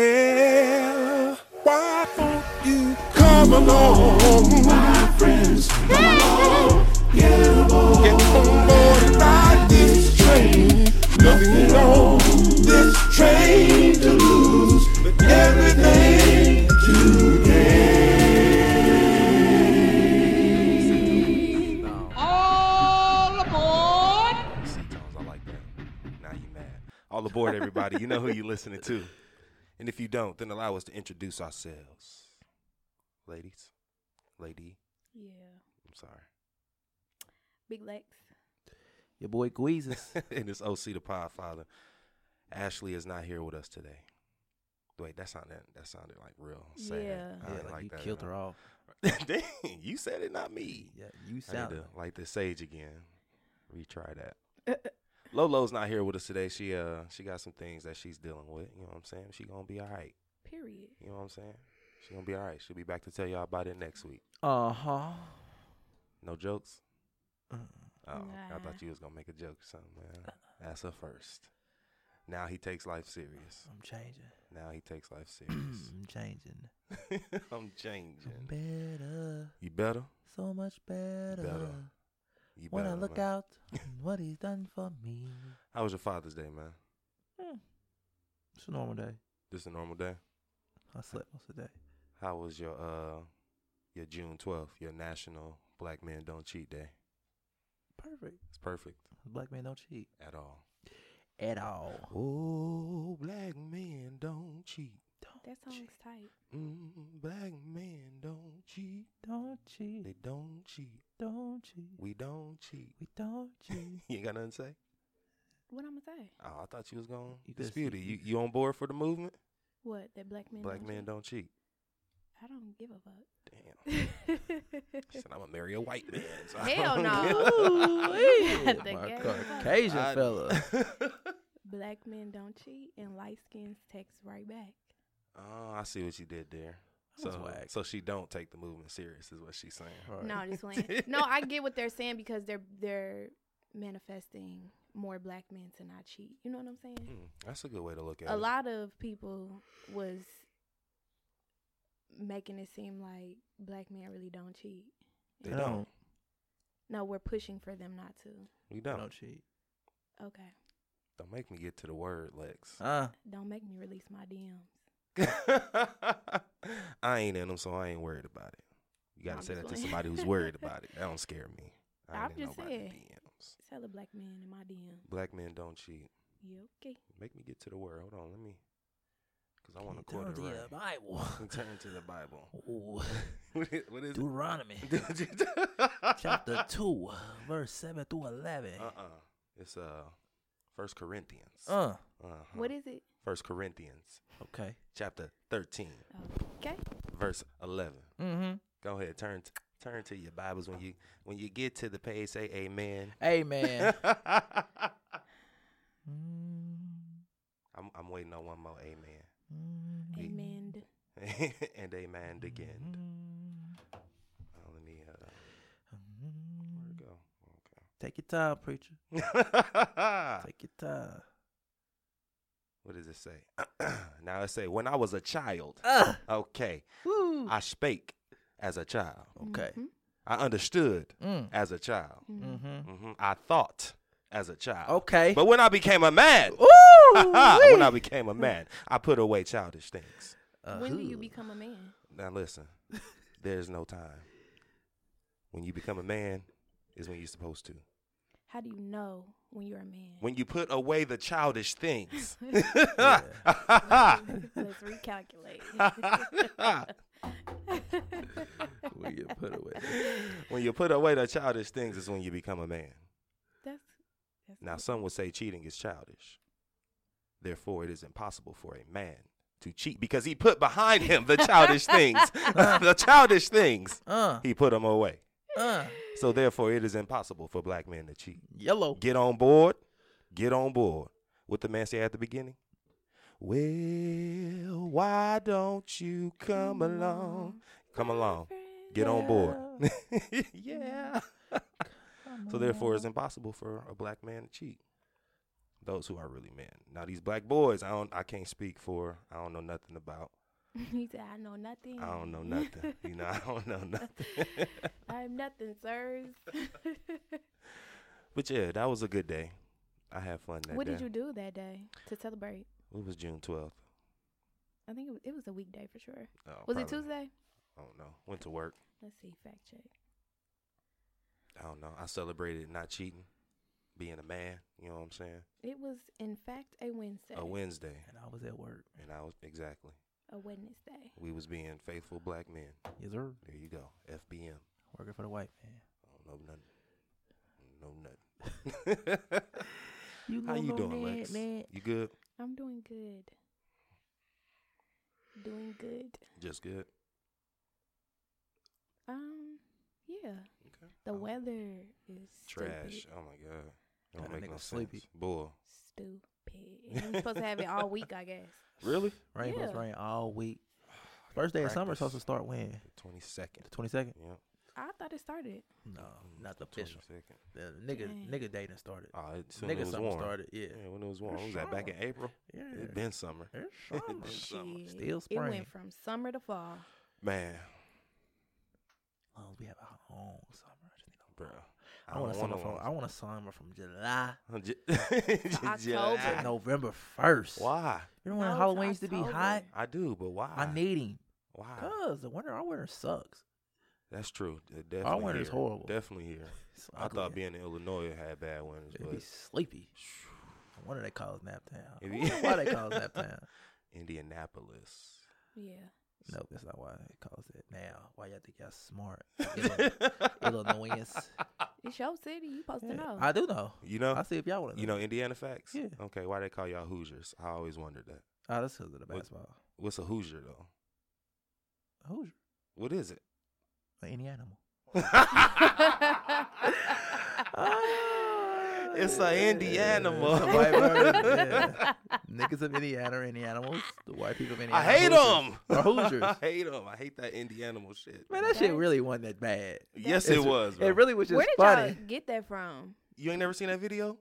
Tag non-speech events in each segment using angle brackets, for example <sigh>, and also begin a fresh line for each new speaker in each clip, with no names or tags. Well, why don't you come along, my friends? Come along, get aboard, get on board and ride this train. Nothing on this train to lose, but everything to gain.
All aboard!
See, Tones, I like that. Now you mad. All aboard, everybody. You know who you listening to. And if you don't, then allow us to introduce ourselves. Ladies. Lady.
Yeah.
I'm
Big Lex.
Your
<laughs>
boy Guizas.
sorry. and it's OC the Podfather. Ashley is not here with us today. Wait, that sounded that sounded like real sad. I
Yeah.
yeah,
didn't
like,
like
you
that <laughs>
killed
at
her off.
all. Dang, you said it, not me.
Yeah, you
I need
sound.
to like the sage again. Retry that. Lolo's not here with us today. She uh she got some things that she's dealing with. You know what I'm saying? She gonna be all right.
Period.
You know what I'm saying? She gonna be all right. She'll be back to tell y'all about it next week.
Uh huh.
No jokes. Oh, I
Nah.
thought you was gonna make a joke or something, man. That's her first. Now he takes life serious.
I'm changing. <clears throat>
Now he takes life <clears throat> serious. <laughs>
I'm changing.
I'm changing.
Better.
You better.
So much better.
Better. You
When
better.
I look
man.
out on what he's done for me.
<laughs> How was your Father's Day, man?
It's a normal day.
Just a normal day.
I slept most of the day.
How was your uh your June twelfth, your National Black Men Don't Cheat Day?
Perfect.
It's perfect
Black man don't cheat.
at all.
At all.
Oh, black men don't cheat.
Don't
That
cheat.
song's tight.
Mm, black men don't cheat.
Don't cheat.
They don't cheat.
Don't cheat.
We don't cheat. <laughs>
We don't cheat.
You ain't got nothing to say?
What I'm gonna say?
Oh, I thought you was going to
You
dispute it.
just-
You, you on board for the movement?
What that black man?
Black men
cheat?
don't cheat.
I don't give a fuck.
Damn. She said, I'm going to marry a white man. so I
Hell
don't give
no!
a-
You got the
My
gay <laughs> fuck.
Caucasian
I-
fella.
<laughs> Black men don't cheat, and light skins text right back.
<laughs> oh, I see what you did there.
That was
So,
whack.
so she don't take the movement serious is what she's saying.
Right.
No,
<laughs>
just playing. no, I get what they're saying because they're they're manifesting more black men to not cheat. You know what I'm saying?
Mm, that's a good way to look at
a
it.
lot of people was making it seem like black men really don't cheat.
They
I
don't.
don't.
No, we're pushing for them not to.
We
I
don't.
Don't cheat.
Okay.
Don't make me get to the word, Lex.
Uh,
Don't make me release my DMs.
<laughs> I ain't in them, so I ain't worried about it. You got
I'm
to say
just
that to
playing.
somebody who's worried about it. That don't scare me. I
I'm
ain't in
just
nobody's
saying.
DMs.
Tell a black man in my DMs.
Black men don't cheat.
You okay?
Make me get to the word. Hold on, let me. Because I
can
want to
you
quote
turn
it
to your
right.
Bible.
<laughs> Let me Turn to the Bible. <laughs>
Ooh.
what is, what is it? <laughs>
Deuteronomy chapter 2, verse 7 through
<laughs>
11.
Uh uh It's uh, First Corinthians.
Uh,
Uh-huh.
What is it?
First Corinthians
okay.
chapter thirteen,
Okay.
verse eleven.
Mm-hmm.
Go ahead, turn t- turn to your Bibles when you when you get to the page. Say Amen.
Amen.
<laughs>
Mm-hmm.
I'm I'm waiting on one more Amen <laughs>
Amen.
and Amen again.
Mm-hmm.
Oh, let me uh, where it go? Okay.
Take your time, preacher.
what <laughs>
Take your time.
does it say? <clears throat> now it say, when I was a child,
Uh,
okay,
woo.
Ah. I spake as a child.
Okay.
Mhm.
I understood
Mm.
as a child.
Mhm.
Mm-hmm.
hmm I thought as a child.
Okay.
But when I became a man, <laughs> when I
Ooh.
became a man, I put away childish things.
when do you become a man?
Now listen, there's no time. When you become a man is when you're supposed to.
How do you know when you're a man? <laughs>
When you put away the childish things. Ah!
Let's recalculate.
When you put away.
<laughs> when you put away the childish things is when you become a man.
<laughs> That's that's
Now, some would say cheating is childish. Therefore, it is impossible for a man to cheat because he put behind him the childish things. <laughs> the childish things,
Uh,
he put them away.
uh.
So, therefore, it is impossible for black men to cheat.
Yellow.
Get on board. Get on board. What the man say at the beginning? Well, why don't you come along? Come along. Get on board. <laughs> yeah. So therefore, it's impossible for a black man to cheat. those who are really men. Now these black boys, I don't, I can't speak for. I don't know nothing about.
<laughs> he said, I know nothing.
I don't know nothing. you know, I don't
<laughs>
know nothing. <laughs>
I'm nothing, sirs.
but yeah, that was a good day. I had fun <laughs> that
what
day.
did you do that day to celebrate?
It was June twelfth.
I think it was, it was a weekday for sure.
Oh,
Was
probably.
it Tuesday?
I don't know. Went to work.
Let's see, fact check.
I don't know. I celebrated not cheating, being a man. You know what I'm saying?
It was, in fact, a Wednesday.
A Wednesday,
And I was at work.
and I was exactly.
A Wednesday.
We was being faithful black men.
Yes, sir.
There you go. FBM.
Working for the white man.
I don't know nothing. Know nothing. <laughs> How you doing, Lex? You good?
I'm doing good. Doing good.
Just good.
Um, yeah.
Okay.
The
Oh,
weather is
Trash.
Stupid.
Oh my god. It
Got
Don't
a
make no
nigga
sense.
sleepy.
Boy.
Stupid. And I'm supposed to have it all week, I guess.
Really?
Rain plus
Yeah.
rain all week. First day of summer supposed to
Practice.
start when?
The twenty second.
The twenty second?
Yeah.
I thought it started.
No,
Mm,
not the
Twenty
official.
second.
The nigga
Dang.
nigga dating started.
Oh, it, soon it
Nigga
was
summer
warm.
started. Yeah.
Yeah, when it was warm. What was that back in April?
Yeah.
It been summer.
It's
It
summer.
been summer.
Shit.
Still
It
spring.
went from summer to fall.
Man,
As long as we have a long summer. I just need a
bro.
I want a
don't
summer from
want
I want a summer from July
<laughs> a long- Ju-
October.
to
July.
November first.
Ah. Why? Ah.
Remember when
No, it's
Halloween used to be
October.
hot?
I do, but why?
I need him.
why?
Cause the winter our winter sucks.
That's true. It Definitely
winter's
here.
horrible.
Definitely here.
It's
I
ugly.
thought being in Illinois had bad winters,
it'd
but
be sleepy. I wonder they call it nap town. I
If you-
wonder why they call it
<laughs>
nap town.
<sighs> Indianapolis.
<laughs>
Yeah.
No, that's not why they calls it now. Why y'all think
<laughs>
y'all smart? Illi- Illinoisans.
It's your city. You supposed
Yeah,
to know.
I do know.
You know,
I see if y'all want to
you know Indiana facts.
Yeah.
Okay, why they call y'all Hoosiers? I always wondered that.
Oh, that's because of the
What-
basketball.
What's a Hoosier though?
Who's
What is it? <laughs>
any animal?
<laughs>
It's a Indiana mo-
It's a
<laughs>
<laughs>
white bird, yeah. Niggas of Indiana are any animals. The white people of Indiana.
I hate them.
Or
<laughs>
Hoosiers.
I hate them. I hate that Indianimal shit.
Man, that shit
That's-
really wasn't that bad.
yes,
It's-
it was. Bro.
It really was just
Where did
funny.
y'all get that from?
you ain't never seen that video?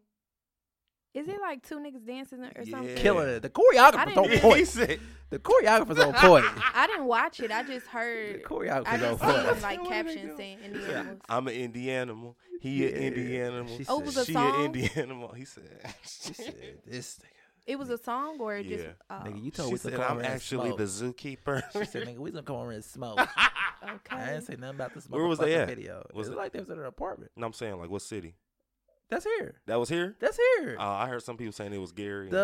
Is it like two niggas dancing or
Yeah.
something?
Killing it. The
I
choreographer's
didn't
on
<laughs>
really-
he
point.
said,
The choreographer's on point.
<laughs> I didn't watch it. I just
The
heard. I
choreographer's on
just
fuck.
seen
point.
like
What are they
captions
doing?
saying Indianapolis.
"I'm an Indianimal. He an
Yeah.
Indianimal.
She
Oh, it was
said-
a
she an
song?
Indianimal." He said, <laughs>
<laughs>
She said, "This nigga,
It was a song or it just.
Yeah.
Oh,
nigga, you told
She
we to
said,
come
"I'm
over here and
actually
smoke."
the zookeeper." <laughs>
She said, "Nigga, we gonna come over here and smoke." I
okay.
didn't say nothing about this.
Where was they
motherfucking
at?
Video.
Was
Was it
it-
like they was at an apartment?
no, I'm saying like, what city?
That's here.
That was here.
That's here.
Uh, I heard some people saying it was Gary. and so-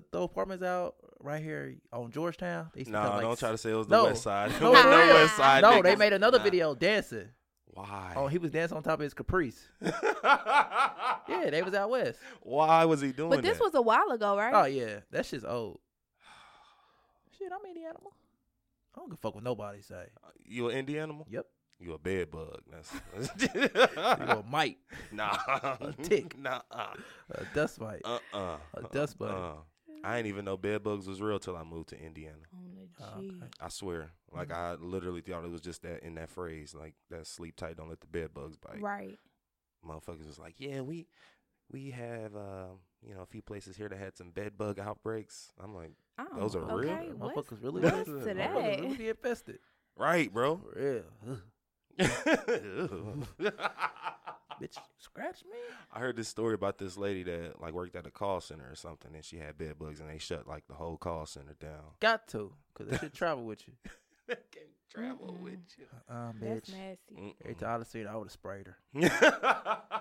the uh the apartments out right here on Georgetown. They used to
nah,
come, like,
don't try to
s-
say it was the
No.
West Side. <laughs> It
No,
was
for
the
real.
West Side.
No, they
niggas.
made another
Nah.
video dancing.
Why? <laughs>
Oh, he was dancing on top of his Caprice. Yeah, they was
<sighs>
out west.
Why was he doing
But this
that?
was a while ago, right?
Oh yeah, that
<sighs>
shit's old. Shit, I'm any animal. I don't give a fuck what nobody say.
you an Indianimal? <laughs>
Yep,
You a bed bug. That's,
<laughs> you a mite,
<laughs> nah.
a tick.
Nah. Uh
a dust mite.
uh.
A dust bunny.
Uh. I didn't even know bed bugs was real till I moved to Indiana.
On the
Oh, okay.
G.
I swear. Like
Mm.
I literally thought it was just that in that phrase, like that sleep tight, don't let the bed bugs bite.
Right.
motherfuckers was like, "Yeah, we we have um, you know a few places here that had some bed bug outbreaks." I'm like,
Oh,
Those are real?
okay. What's,
Motherfuckers really
what's
real.
to
Motherfuckers
that?
Motherfuckers really be infested.
"Right, bro."
<laughs> For real. Ugh.
I
Bitch, scratch me.
heard this story about this lady that like worked at a call center or something, and she had bed bugs, and they shut like the whole call center down.
Got to, cause that shit travel with you.
<laughs> they can travel
Mm-mm.
with you.
Uh, bitch.
That's nasty.
Every time I seen, it, I would have sprayed
<laughs>
her.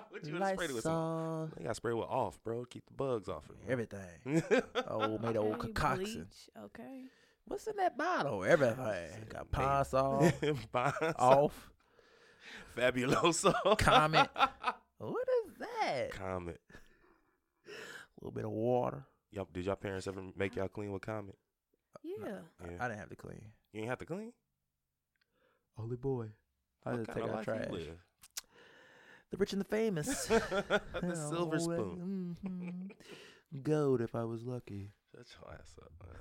what you gonna spray it with? Some? Mm.
Lysol,
They got spray with off, bro. Keep the bugs off of it.
everything.
<laughs>
Oh, made old
Okay,
concoction.
bleach, Okay.
What's in that bottle? Everything. Got pine saw,
<laughs> Bonds,
off,
<laughs> fabuloso. <laughs>
comment. What is that?
Comment.
A little bit of water.
Y'all, did your parents ever make y'all clean with Comet?
Uh,
Yeah.
I-
Yeah.
I, didn't have to clean.
You ain't have to clean.
Holy boy. I
What
just
kind
take
of
out
life
trash.
you
The rich and
<laughs>
the famous. <laughs>
live? the silver spoon.
hmm Oh, Gold if I was lucky.
Shut your ass up, man.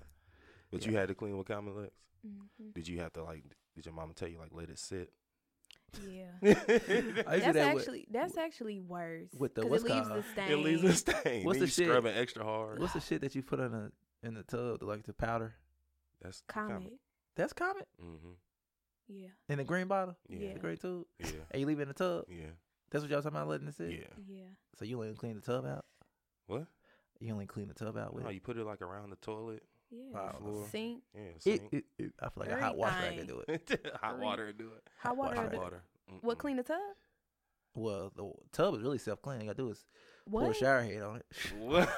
But you had to clean with common legs.
Mhm.
Did you have to like? Did your mama tell you like let it sit?
Yeah.
it <laughs>
<laughs> I used
That's
to do that
actually that's actually worse.
with the-
'cause
what's
it leaves
called-
the
it
stain.
leaves a stain.
What's
then
the
you
shit?
scrubbing extra
with,
hard.
what's the shit that you put in the in the tub, the, like the powder?
That's
Comet.
That's Comet
Mm-hmm.
Yeah.
in the green bottle,
Yeah.
the gray tube,
Yeah.
and you leave it in the tub. <laughs>
Yeah.
That's what y'all talking about letting it
Yeah.
sit.
Yeah.
So you only clean the tub out.
What? Oh,
You only clean the tub out with.
No, you put it like around the toilet.
Yeah.
Wow.
Floor.
Sink.
Yeah.
it,
Sink. <laughs>
it, it- I feel like a hot wash rag could
Everything.
do it.
hot water and do it.
Hot
wash
water. or
Hot
Hot
the-
water.
What
Mm-mm. <laughs>
clean the tub?
Well, the tub is really self cleaning. I do is
What?
pour a shower head on it. <laughs>
What?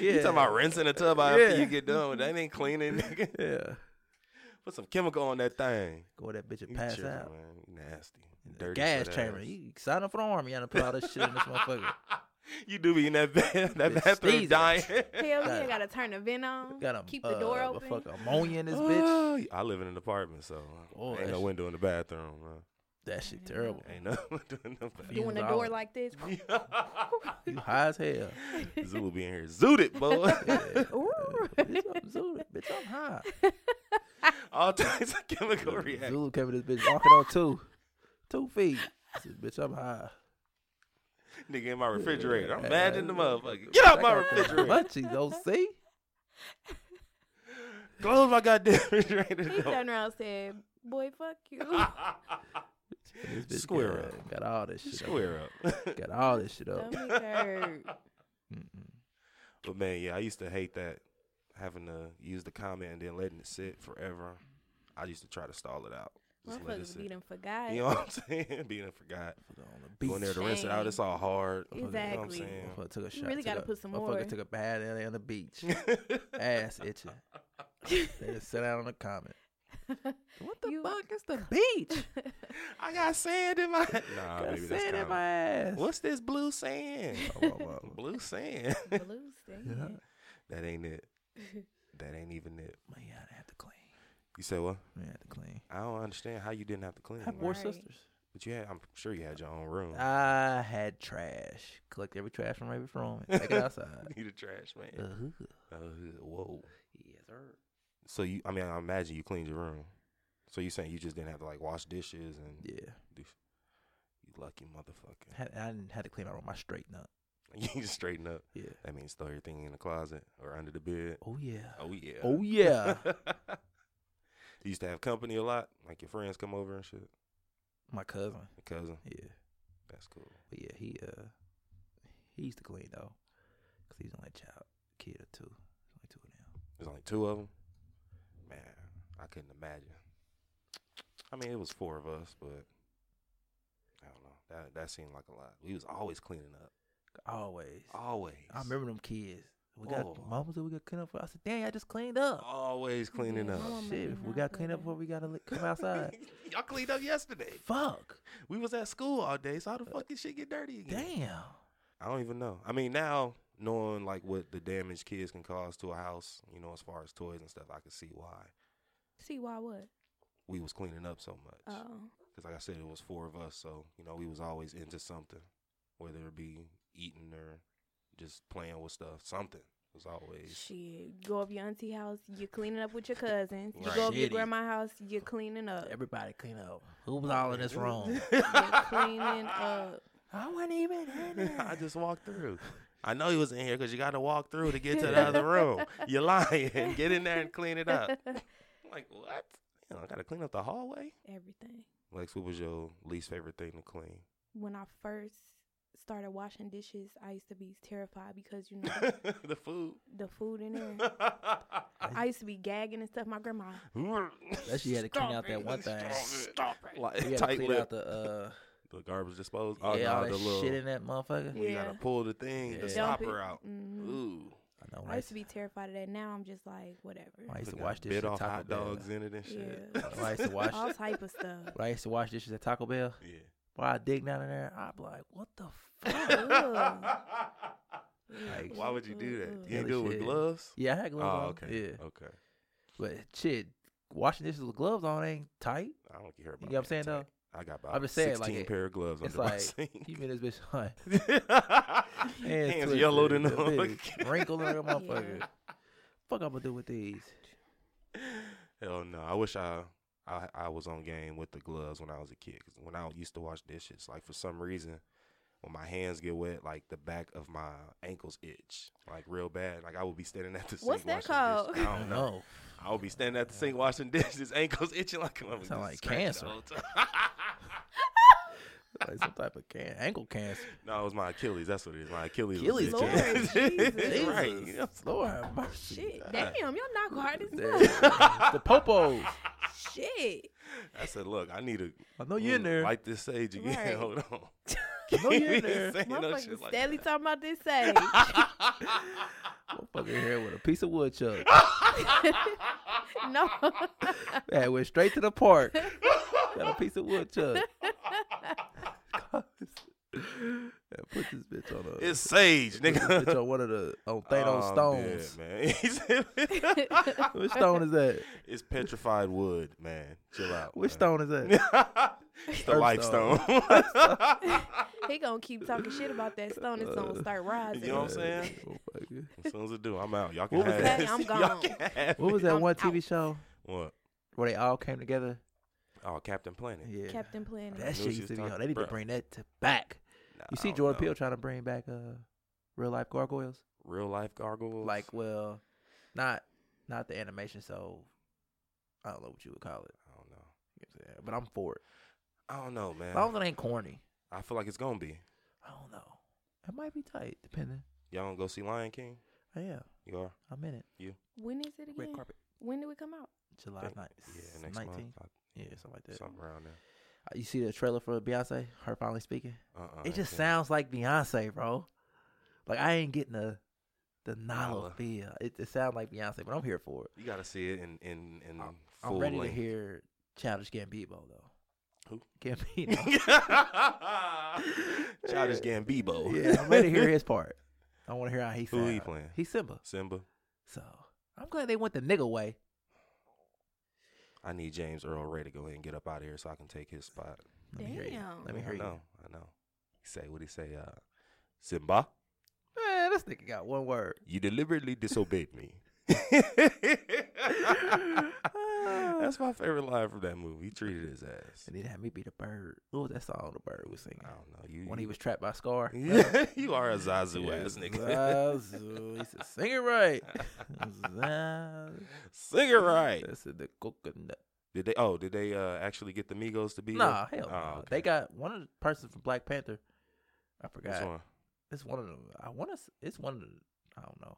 You talking about rinsing the tub out
Yeah.
after you get done? with That ain't cleaning,
<laughs>
nigga.
yeah.
Put some chemical on that thing.
Go that bitch
You
and pass
tripping,
out.
man. You nasty.
In the
Dirty
gas
fat
chamber.
ass. <laughs>
You sign up for the army. You gotta put all this shit in this motherfucker.
You do be in that bed, <laughs> that
Bitch
bathroom
sneezing.
dying.
Hell yeah,
Gotta-
gotta turn the vent on.
Got a
keep the door
uh,
open.
Fuck ammonia
<gasps> <laughs>
in <laughs> this bitch.
Oh, I live in an apartment, so uh,
Oh,
ain't
that
no
shit-
window in the bathroom. Man.
That shit terrible.
Ain't no <laughs> window in
<laughs>
the bathroom.
Doing the
Fumes all
door
in.
like
<laughs>
this.
You
<laughs>
high as hell.
Zoo be in here zooted,
<laughs>
boy.
Ooh.
bitch, I'm Zulu. Bitch, I'm high.
All <laughs> types of chemical reactions.
Zulu came to this bitch walking on two, two feet. I said, bitch, I'm high.
Nigga in my refrigerator. I'm
Yeah.
mad in the motherfucker. Get out my
I got them
refrigerator.
Munchies, don't see.
Close my goddamn <laughs>
He
refrigerator. <laughs> door.
turned around and said, Boy, fuck
<laughs>
you.
This bitch
Square
got,
up.
Got all this shit. up.
Square up. <laughs>
Got all this shit up.
Stomach hurt.
Mm-mm.
But man, yeah, I used to hate that having to use the comment and then letting it sit forever. I used to try to stall it out. Just let it
Motherfuckers
sit.
beat him for God.
You know what I'm <laughs> saying? Being a forgot.
On the
Going there
beach.
to rinse it out, it's all hard. You know what I'm
Exactly.
saying?
Motherfucker took a shot.
really
took
gotta
a-
put some
motherfucker
more.
took a bath in there on
<laughs>
the beach. Ass
<laughs>
itching. then sit out on the comment. What the
You-
fuck? It's
<laughs>
the beach.
I got sand <laughs> in my Nah,
Got
baby, that's
sand in my
common.
ass. <laughs>
What's this blue sand?
Oh,
<laughs>
oh, oh.
blue sand.
<laughs>
Blue stand.
that ain't it. That ain't even it.
Man, I didn't have to clean.
You say what?
Man, I had to clean.
I don't understand how you didn't Mm. have to clean.
I have
man.
four
Right.
sisters.
But you had I'm sure you had your own room.
I had trash. Collect every trash from Raven from it. Take it
<laughs>
outside.
<laughs> you the trash man.
Uh-huh.
Uh, whoa.
Yes, sir.
So you, I mean, I imagine you cleaned your room. So you saying you just didn't have to like wash dishes and
Yeah.
do? sh- You lucky motherfucker. <laughs>
Had, I didn't had to clean my room. I straightened up.
you just straighten up.
Yeah.
That means throw your thing in the closet or under the bed.
Oh yeah.
Oh yeah.
Oh yeah. <laughs>
<laughs> you used to have company a lot, like your friends come over and shit.
my cousin.
Your cousin,
Yeah.
that's cool.
But yeah, he uh he used to clean though. Cause he's only a child kid or two. He's only two of them.
There's only two of them. Man, I couldn't imagine. I mean, it was four of us, but I don't know. That that seemed like a lot. We was always cleaning up.
Always.
Always.
I remember them kids. We got
Oh.
mamas that we got clean up for. I said, dang, I just cleaned up.
Always cleaning
Yeah,
up. <laughs>
my mama
Oh, Shit,
did
if we
not
got
do
cleaned up
that.
before we gotta li- come outside.
Y'all cleaned up yesterday.
Fuck.
We was at school all day, so how the fuck did shit get dirty again?
Damn.
I don't even know. I mean, now knowing like what the damage kids can cause to a house, you know, as far as toys and stuff, I can see why
<laughs> See why what?
we was cleaning up so much.
Oh.
Because like I said, it was four of us, so you know, we was always into something, whether it be eating or just playing with stuff. Something was always.
Shit. Go up your auntie house, you're cleaning up with your cousins. You
Right.
go up your
Shitty.
grandma house, you're cleaning up.
Everybody clean up. Who was all in
<laughs>
this room?
<laughs>
You're cleaning up.
<laughs> I wasn't even in
I
there.
just walked through. I know you was in here because you got to walk through to get to the other
<laughs>
room. You're lying. Get in there and clean it up. I'm like, what? You know, I gotta clean up the hallway.
Everything.
Lex, what was your least favorite thing to clean? <laughs>
When I first started washing dishes, I used to be terrified because you know
<laughs>
the-
the food.
the food
<laughs>
in there. I used to be gagging and stuff. My grandma,
That she had to clean out that one thing.
Like,
<laughs> We had to
tight
clean
lip.
out the uh
The garbage disposal. Oh,
yeah, all
the
that
little.
shit in that motherfucker.
when You gotta
Yeah.
pull the thing,
Yeah.
the
Dump
stopper
it.
out.
Mhm.
Ooh.
I know. when
I used to be terrified of that. Now I'm just like whatever.
I used to
Put that
wash this
Bit
shit at
off
Taco
hot
Bell.
dogs in it and shit.
Yeah. <laughs>
When I used to wash
All type of
<laughs>
stuff.
when I used to wash dishes at Taco Bell,
Yeah.
boy, I dig down in there, I'd be like, what the fuck?
<laughs> Ugh.
Like,
Why would you do
Ugh,
that?
ugh,
You ain't
Hella
do it with
shit.
gloves?
yeah, I had gloves
Oh,
on.
okay.
Yeah.
Okay.
But shit, washing dishes with gloves on ain't tight.
I don't care about
You know what I'm
being
saying
tight.
though?
I got
I'm
about
just saying, like,
16
it-
pair of gloves
It's
under my
like
sink. <laughs>
you <laughs> mean this bitch hunt.
Hands, yellowed in the motherfucker.
wrinkle
<laughs>
in the motherfucker. Fuck I'm gonna do with these.
Hell no. I wish I I I was on game with the gloves when I was a kid. 'Cause when I used to wash dishes, like for some reason, when my hands get wet, like the back of my ankles itch, like real bad. Like I would be standing at the sink.
What's that
washing dishes.
called?
I don't
<laughs>
know.
No.
I would be standing at the sink washing dishes, ankles <laughs> itching like I'm
Sound
just
like
scratching the
cancer.
whole time. <laughs>
Like some type of can- ankle cancer.
<laughs> No, it was my Achilles. That's what it is. My Achilles.
Achilles,
was
Lord,
itching.
Jesus.
<laughs> right.
Jesus. Lord have mercy.
Shit,
God.
damn, your knock hard as
<laughs>
fuck.
<laughs> the popos.
Shit.
I said, look, I need to
I know Oh, you're in there.
light this sage again. <laughs>
Right.
Hold on.
I know you're in
<laughs> Ain't
there.
saying no
Motherfucker
shit like
steadily
that.
talking about this sage.
<laughs>
Motherfucker here with a piece of wood chuck.
no.
That went straight to the park. Got a piece of wood chuck.
<laughs>
that put this bitch on a
<laughs> It's sage,
put this bitch
nigga. Oh,
on one of the on
<laughs>
Thanos
I'm
stones.
dead, man. <laughs> He said- <laughs>
Which stone is that?
it's petrified wood, man. Chill out.
Which
man.
stone
<laughs>
is that?
it's the
Earth
life
stone.
stone.
<laughs>
<laughs> he gonna keep talking shit about that stone. It's gonna start rising.
<laughs> You know what I'm
<laughs>
saying?
Oh Motherfucker.
<laughs> as soon as it do, I'm out. Y'all can
What was
have
that?
it. <laughs>
I'm
Y'all
gone.
can have
What
it.
was that
I'm
one TV
out.
show
What?
where they all came together?
Oh, Captain Planet.
Yeah. Oh,
Captain Planet.
That
knew
shit
she
used
was
to be
talking-
on. They need to
bruh.
bring that to back.
Nah,
You
I
see
don't
Jordan
know.
Peele trying to bring back uh real life gargoyles?
Real life gargoyles.
Like, well, not not the animation, so I don't know what you would call it.
I don't know.
You know what I'm saying? But I'm for it.
I don't know, man.
As long as it ain't corny.
I feel like it's gonna be.
I don't know. It might be tight, depending.
Y'all gonna go see Lion King?
Oh yeah,
You are?
I'm in it.
When is it
Red
again?
carpet.
When do it come out?
July
Think-
9th.
Yeah, next month.
19th?
I-
Yeah, something like that.
Something around there.
Uh, You see the trailer for Beyonce, her finally speaking?
Uh-uh, I
it just
can't.
sounds like Beyonce, bro. Like I ain't getting the the Nala
Nala.
feel. It, it sounds like Beyonce, but I'm here for it.
You gotta see it in in in
I'm-
full
I'm ready
length. <laughs>
to hear Childish Gambino though.
Who? <laughs>
Gambino.
Childish Gambino.
<laughs> yeah, I'm ready to hear his part. I want to hear how he
Oh. <laughs> Who he
sound.
playing?
He's Simba.
Simba.
So I'm glad they went the nigga way.
I need James Earl Ray to go ahead and get up out of here so I can take his spot.
Let me hear you.
Damn.
Let me
Yeah,
hear
I
you.
know. I know. He say what he say. Uh, Simba,
Man, this nigga got one word.
<laughs>
<laughs>
you deliberately disobeyed me. <laughs>
Ah.
That's my favorite line from that movie. He treated his ass.
And it had me be the bird. What was that song the bird was singing?
I don't know. You
When he
Uh, you-
was trapped by Scar.
<laughs> Yeah, you are a Zazu ass nigga. <laughs>
Zazu. He said, sing it right. Zazu.
Sing it right.
That's it, the coconut.
Did they? Oh, did they uh, actually get the Migos to be? there?
Nah, hell no.
Oh,
They
okay.
got one of the persons from Black Panther. I
Which
forgot.
one?
It's one of them. I want to. It's one of the. I don't know.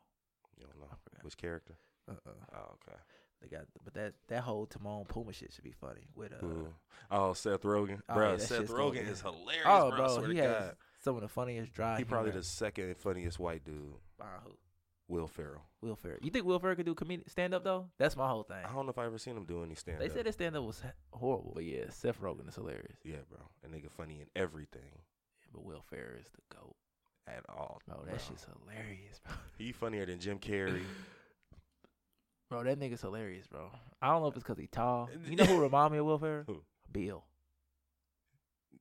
You don't know
I forgot.
which character?
Uh-uh.
Oh, okay.
They got, but that that whole Timon Puma shit should be funny with uh.
Ooh. Oh, Seth Rogen,
oh,
bro.
yeah, that
Seth
shit's gonna
Rogen
be-
is hilarious,
Oh,
bro. I
bro,
swear
he
to
has
God.
some of the funniest dry.
He probably
humor.
the second funniest white dude,
Wow, who?
Will Ferrell.
Will Ferrell. You think Will Ferrell could do comedian stand up though? That's my whole thing.
I don't know if I ever seen him do any stand
They said his stand up was h- horrible, but yeah, Seth Rogen is hilarious.
yeah, bro. That nigga funny in everything
But Will Ferrell is the goat.
at all.
Bro,
bro.
that shit's hilarious, bro.
<laughs> He funnier than Jim Carrey.
<laughs>
<laughs>
Bro, that nigga's hilarious, bro. I don't know if it's because he tall.
<laughs>
You know who remind me of Will Ferrell?
Who?
Bill.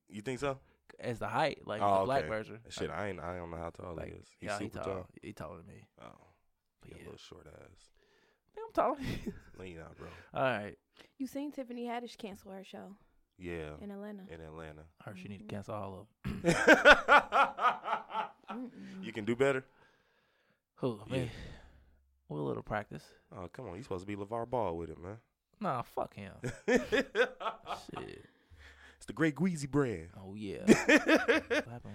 you think so?
As the height, like
Oh,
the black
okay.
version.
Shit, I ain't. I don't know how tall
like,
he is. He's
yeah, he
super
tall.
tall.
He taller than me.
Oh,
But
he
yeah,
a little short ass.
Think I'm taller.
No, you not, bro.
<laughs> All right,
You seen Tiffany Haddish cancel her show
Oh. Yeah,
in Atlanta?
in Atlanta.
I heard she need to cancel all of. 'em.
<laughs>
<clears throat>
you can do better.
Who?
Yeah.
Me. With a little practice.
Oh, come on. You supposed to be LeVar Ball with it, man.
<laughs>
Nah, fuck him.
<laughs> it's
Shit.
the great Gweezy brand. <laughs>
Oh yeah. What happened when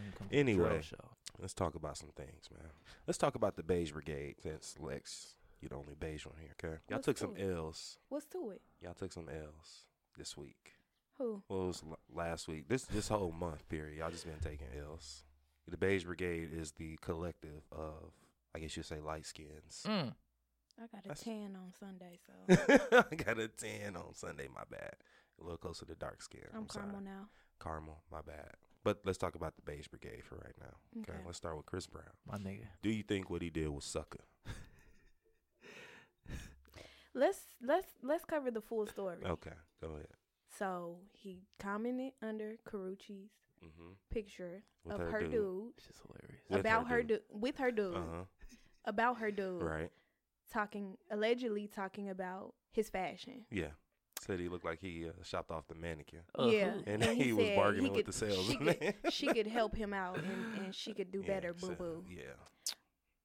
you come to the
Anyway.
drill show?
Let's talk about some things, man. Let's talk about the Beige Brigade since Lex, you the only beige one here, okay? Y'all
Let's
took
do
some
it.
L's.
What's to it?
Y'all took some L's this week.
Who?
Well, it was l- last week. This this whole month period, y'all just been taking L's. The Beige Brigade is the collective of, I guess you'd say, light skins.
Mm.
I got a
That's-
tan on Sunday,
<laughs>
so
I got a 10 on Sunday, my bad. A little closer to dark skin.
I'm,
sorry.
caramel now.
Caramel, my bad. But let's talk about the Beige Brigade for right now. Okay.
Okay.
Let's start with Chris Brown.
My nigga.
Do you think what he did was sucker?
Let's let's let's cover the full story.
Okay. Go ahead.
So he commented under Carucci's
Mm-hmm.
picture
With
of
her
her,
dude.
dude,
It's just hilarious.
With her
about her
dude.
dude with her dude
Uh
about her dude
huh. Right.
talking allegedly talking about his fashion.
Yeah. said he looked like he uh, shopped off the mannequin.
Uh-huh.
yeah,
And he was
said
bargaining with the
could-
salesman.
She
<laughs>
could, she could help him out, and, and she could do
Yeah,
better.
so-
Boo boo. <laughs>
Yeah.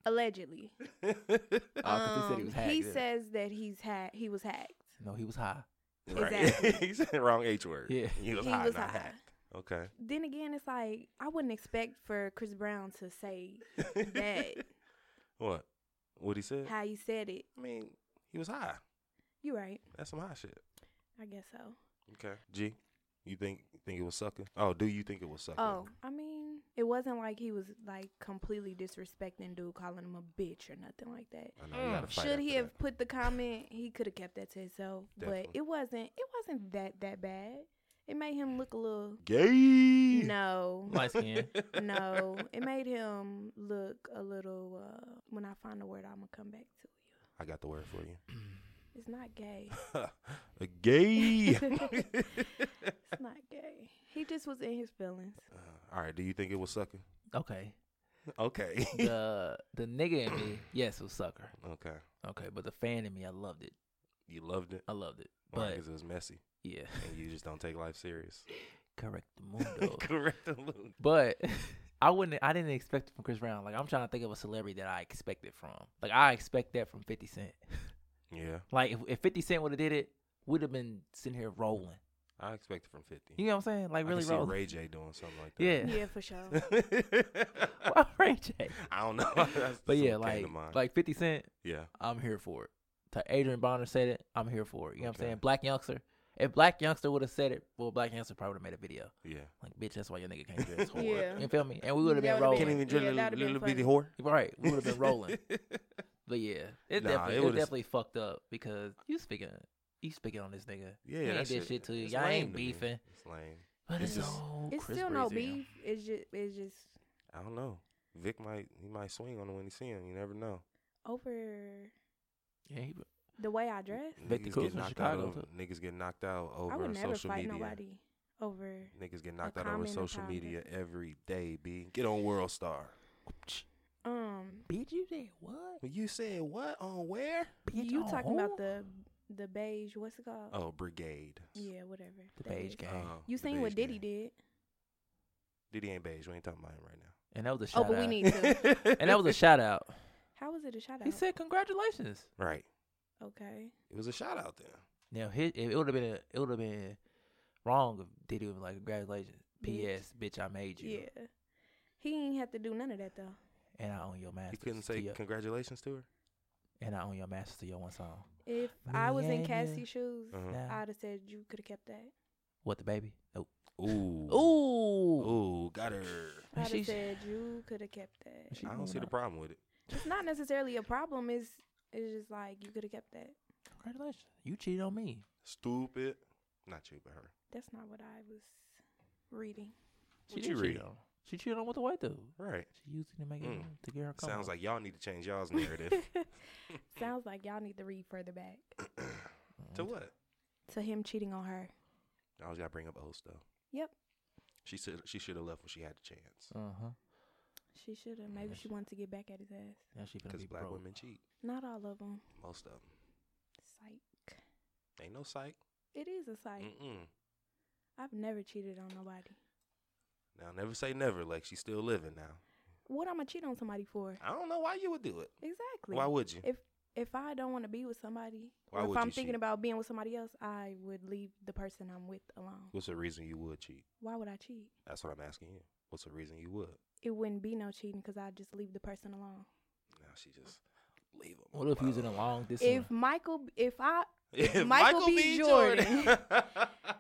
Allegedly,
Oh, 'cause he said he
Um,
was hacked.
he
yeah.
says that he's hacked. He was hacked.
no, he was high.
Right. <laughs> he said the wrong H word.
Yeah.
He was
He
high,
was
not
high.
hacked. Okay.
Then again, it's like I wouldn't expect for Chris Brown to say
<laughs>
that
What? What he said?
how you said it.
I mean, he was high.
You're right.
That's some high shit.
I guess so.
Okay. G, you think you think it was sucking? Oh, do you think it was sucking?
Oh, I mean, it wasn't like he was like completely disrespecting dude, calling him a bitch or nothing like that.
I know, you gotta fight
Hmm. Should
after
he
that.
have put the comment? He could have kept that to himself,
Definitely.
but it wasn't. It wasn't that that bad. It made him look a little.
Gay. <laughs>
No,
Light skin.
no. It made him look a little. Uh, when I find the word, I'm gonna come back to you.
I got the word for you.
It's not gay. <laughs>
A gay.
It's not gay. He just was in his
<sighs>
feelings.
all right. Do you think it was sucking?
okay. <laughs>
Okay.
The the nigga in me, <clears throat> yes, was sucker.
okay.
Okay, but the fan in me, I loved it.
You loved it,
I loved it.
Why?
But
'Cause it was messy, <laughs>
yeah,
and you just don't take life serious.
<laughs> correct the
<laughs>
mundo.
Correct, Lou.
but <laughs> I wouldn't. I didn't expect it from Chris Brown. Like I'm trying to think of a celebrity that I expect it from. Like I expect that from Fifty Cent. <laughs>
Yeah,
Like if, if Fifty Cent would have did it, we'd have been sitting here rolling.
I expect it from Fifty.
You know what I'm saying? Like
I
really
can see
rolling.
Ray J doing something like that.
yeah.
<laughs>
Yeah, for sure.
<laughs> Why Ray J?
I don't know. <laughs> That's
But yeah,
what came
like
to mind.
like Fifty Cent,
yeah,
I'm here for it. To Adrian Bonner said it, I'm here for it. You know what
Okay.
I'm saying? Black youngster. If Black youngster would have said it, well, Black youngster probably would have made a video. <laughs>
yeah.
Like, bitch, that's why your nigga can't
<laughs>
dress whore.
Yeah.
You feel me? And we would have
That
been
would've
rolling.
been- yeah, that'd have been funny.
whore.
Right, we would have been
<laughs>
rolling.
<laughs>
But yeah, it
Nah,
definitely
it
it,
would've-
definitely fucked up because you speaking you speaking on this nigga.
yeah,
You
that
ain't did shit to you. Y'all
lame
ain't
to me.
beefing.
It's lame.
But
It's
it's,
just-
on
It's
Chris
still no
Brazil.
beef. It's just. It's just
I don't know. Vic might he might swing on him when he see him. You never know.
over
Yeah, he,
the way I dress.
Vic the
Niggas
Cool's
get
from
knocked out
Chicago,
over
too.
niggas get knocked out
I
over
would never
social
fight
media.
nobody over.
Niggas get knocked out over
comment, a
social
pound,
media
that's
every day. B get on World Star.
Um,
bitch, you said what?
You said what on where?
Bitch,
you
on
talking
who?
about the the beige? What's it called?
Oh, Brigade.
Yeah, whatever.
the
that
beige
is.
gang?
Oh,
You
the
seen what
beige
Diddy
gang.
did?
Diddy ain't beige. We ain't talking about him right now.
and that was a
Oh,
shout
but
out.
we need to.
<laughs>
and that was a shout out.
<laughs> How was it a shout out?
He said congratulations.
right.
okay.
It was a shout out then.
Now his, it would have been a, it would have been wrong if Diddy would have been like congratulations. P.S. Bitch, I made you,
Yeah. He ain't have to do none of that though.
and I own your masters.
He couldn't
to
say
your-
congratulations to her.
and I own your masters to your one song.
If I was in
Yeah,
Cassie's
yeah.
shoes,
Uh-huh.
Now-
I'd have said you could have kept that.
What the baby? Nope.
Ooh.
Ooh.
Ooh. Got her.
And
I'd have
she's-
said you could have kept that.
She
I don't
going
see the
out.
problem with it.
It's not necessarily a problem. It's it's just like you could have kept that.
Congratulations. You cheated on me.
Stupid. Not you, but her.
That's not what I was reading.
What
did
you
cheat
read?
on- She cheated on with the white dude.
Right.
She used him to make it
Mm.
mm. to get her come.
Sounds like y'all need to change y'all's
<laughs>
narrative.
<laughs> Sounds like y'all need to read further back
to what?
to him cheating on her.
I always gotta bring up old stuff.
Yep.
She said she should have left when she had the chance.
Uh huh.
She should have. Maybe she wanted to get back at his ass.
Now she gonna
Because
be
black
broke.
women cheat.
Not all of them.
Most of them.
Psych.
Ain't no psych.
It is a psych.
Mm-mm.
I've never cheated on nobody.
Now never say never. Like she's still living now.
What I'm gonna cheat on somebody for?
I don't know why you would do it.
Exactly.
Why would you?
If if I don't want to be with somebody,
Why
or if
would
I'm
you
thinking
cheat?
about being with somebody else, I would leave the person I'm with alone.
What's the reason you would cheat?
Why would I cheat?
That's what I'm asking you. What's the reason you would?
It wouldn't be no cheating because I just leave the person alone.
Now she just leave him. <laughs>
What if you was in a long distance?
If Michael, if I
If
Michael B. Jordan-
Jordan. <laughs>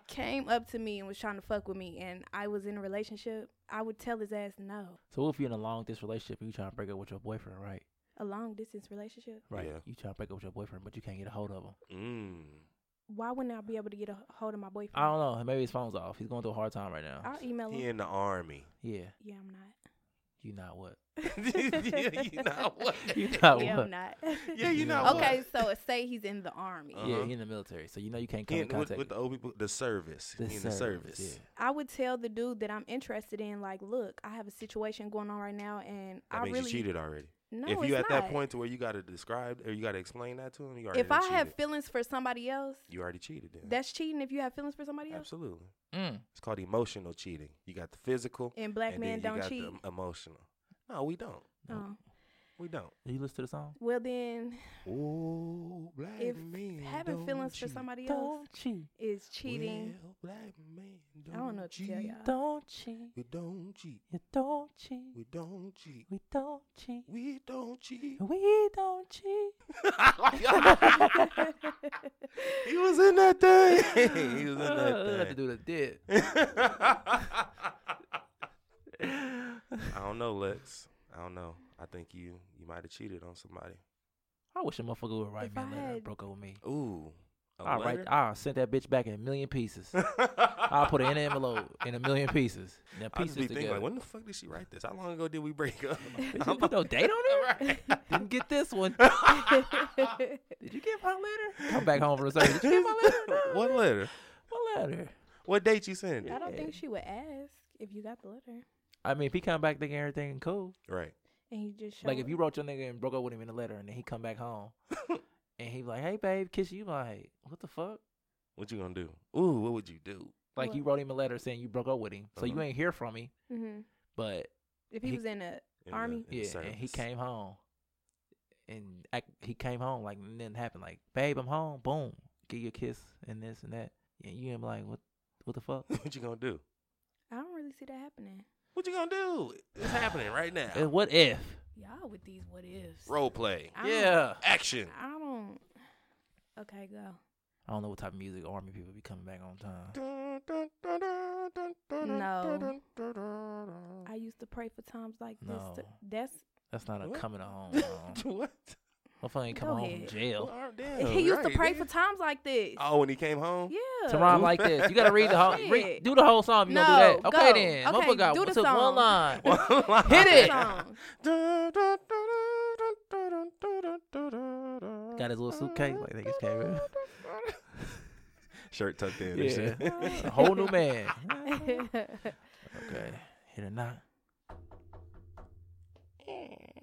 came up to me and was trying to fuck with me, and I was in a relationship, I would tell his ass no.
So what if you're in a long distance relationship? You trying to break up with your boyfriend, right?
A long distance relationship.
Right.
Yeah.
You trying to break up with your boyfriend, but you can't get a hold of him.
Mm.
Why wouldn't I be able to get a hold of my boyfriend?
I don't know. Maybe his phone's off. He's going through a hard time right now.
I'll email him.
He in the army.
yeah.
Yeah, I'm not.
You not what?
yeah, <laughs> you not
<laughs>
what?
You not
Yeah,
what?
I'm not. <laughs>
Yeah, you not
know
okay, so uh, say he's in the army.
Uh,
Yeah,
Uh-huh.
he in the military, so you know you can't come
He
in
in- with,
contact.
with the old people, the service. He in the service.
I would tell the dude that I'm interested in, like, look, I have a situation going on right now, and
That
I
means you
really,
cheated already.
No,
if
it's
you at that
not.
point to where you got to describe or you got to explain that to him, you already
if I
cheated.
have feelings for somebody else,
you already cheated. Then.
that's cheating. If you have feelings for somebody else,
Absolutely.
Mm.
It's called emotional cheating. You got the physical.
and black
and
men
then you
don't
got
cheat.
The em- emotional. No, we don't.
Oh.
We don't.
Did you listen to the song?
Well then,
Oh, black
if
men
having
don't
feelings for
cheat.
somebody else
cheat.
is cheating,
Well, black men
I
don't
don't know what to
cheat.
tell y'all.
Don't cheat.
We don't cheat.
You don't cheat.
We don't cheat.
We don't cheat.
We don't cheat.
We don't cheat.
he was in that thing. <laughs> he was in
<laughs> Uh, I
that
had
thing.
to do the dip.
<laughs> I don't know, Lex. I don't know. I think you you might have cheated on somebody.
I wish a motherfucker would write
If
me
I
a letter and
had-
broke up with me.
Ooh. a
I'll write.
letter?
I'll send that bitch back in a million
<laughs>
pieces. I'll put it in an envelope in a million pieces. And then
I just be
pieces
thinking,
together.
like, when the fuck did she write this? How long ago did we break up?
Did <laughs> you
<laughs>
put no date on it? Didn't get this one.
<laughs>
Did you get my letter? <laughs> Come back home from the service. Did you get my letter? No,
<laughs> what letter?
my letter?
What date you send it?
I don't think she would ask if you got the letter
I mean, if he come back thinking everything cool,
Right.
and you just show
like if
it.
you wrote your nigga and broke up with him in a letter, and then he come
<laughs>
back home, and he like, "Hey, babe, kiss you," like, what the fuck?
What you gonna do? Ooh, what would you do?
Like you
What?
wrote him a letter saying you broke up with him, so you
Uh-huh.
ain't hear from him,
Mhm.
but
if he,
he-
was in a
In the-
Army.
in the
yeah, and he
service.
came home, and act, he came home like nothing happened. Like, babe, I'm home. Boom, give you a kiss and this and that, and you ain't like, what, what the fuck?
<laughs> what you gonna do?
I don't really see that happening.
What you gonna do? It's happening right now.
And Uh, what if?
Y'all with these what ifs.
Role play.
I don't-
Yeah,
Action.
I don't. Okay, go.
I don't know what type of music army people be coming back on time. <laughs>
No. I used to pray for times like this. To,
No.
that's
That's not a
What?
coming home.
<laughs>
song.
what?
Motherfucker ain't come
Go
home from
ahead.
jail.
Well, damn,
he used
right,
to pray
nigga.
for times like this.
Oh, when he came home?
Yeah.
To rhyme like this, you gotta read the whole, read,
Shit.
do the whole song. If you
No,
don't do that. Okay
go.
then,
Okay,
motherfucker got
do the
took
song. <laughs>
one line.
<laughs> Hit
Hit it.
Song.
Got his little suitcase like niggas came
<laughs> Shirt tucked in. and
in.
shit. <laughs>
<laughs> Yeah, a whole new man. Okay, hit or not?
<laughs>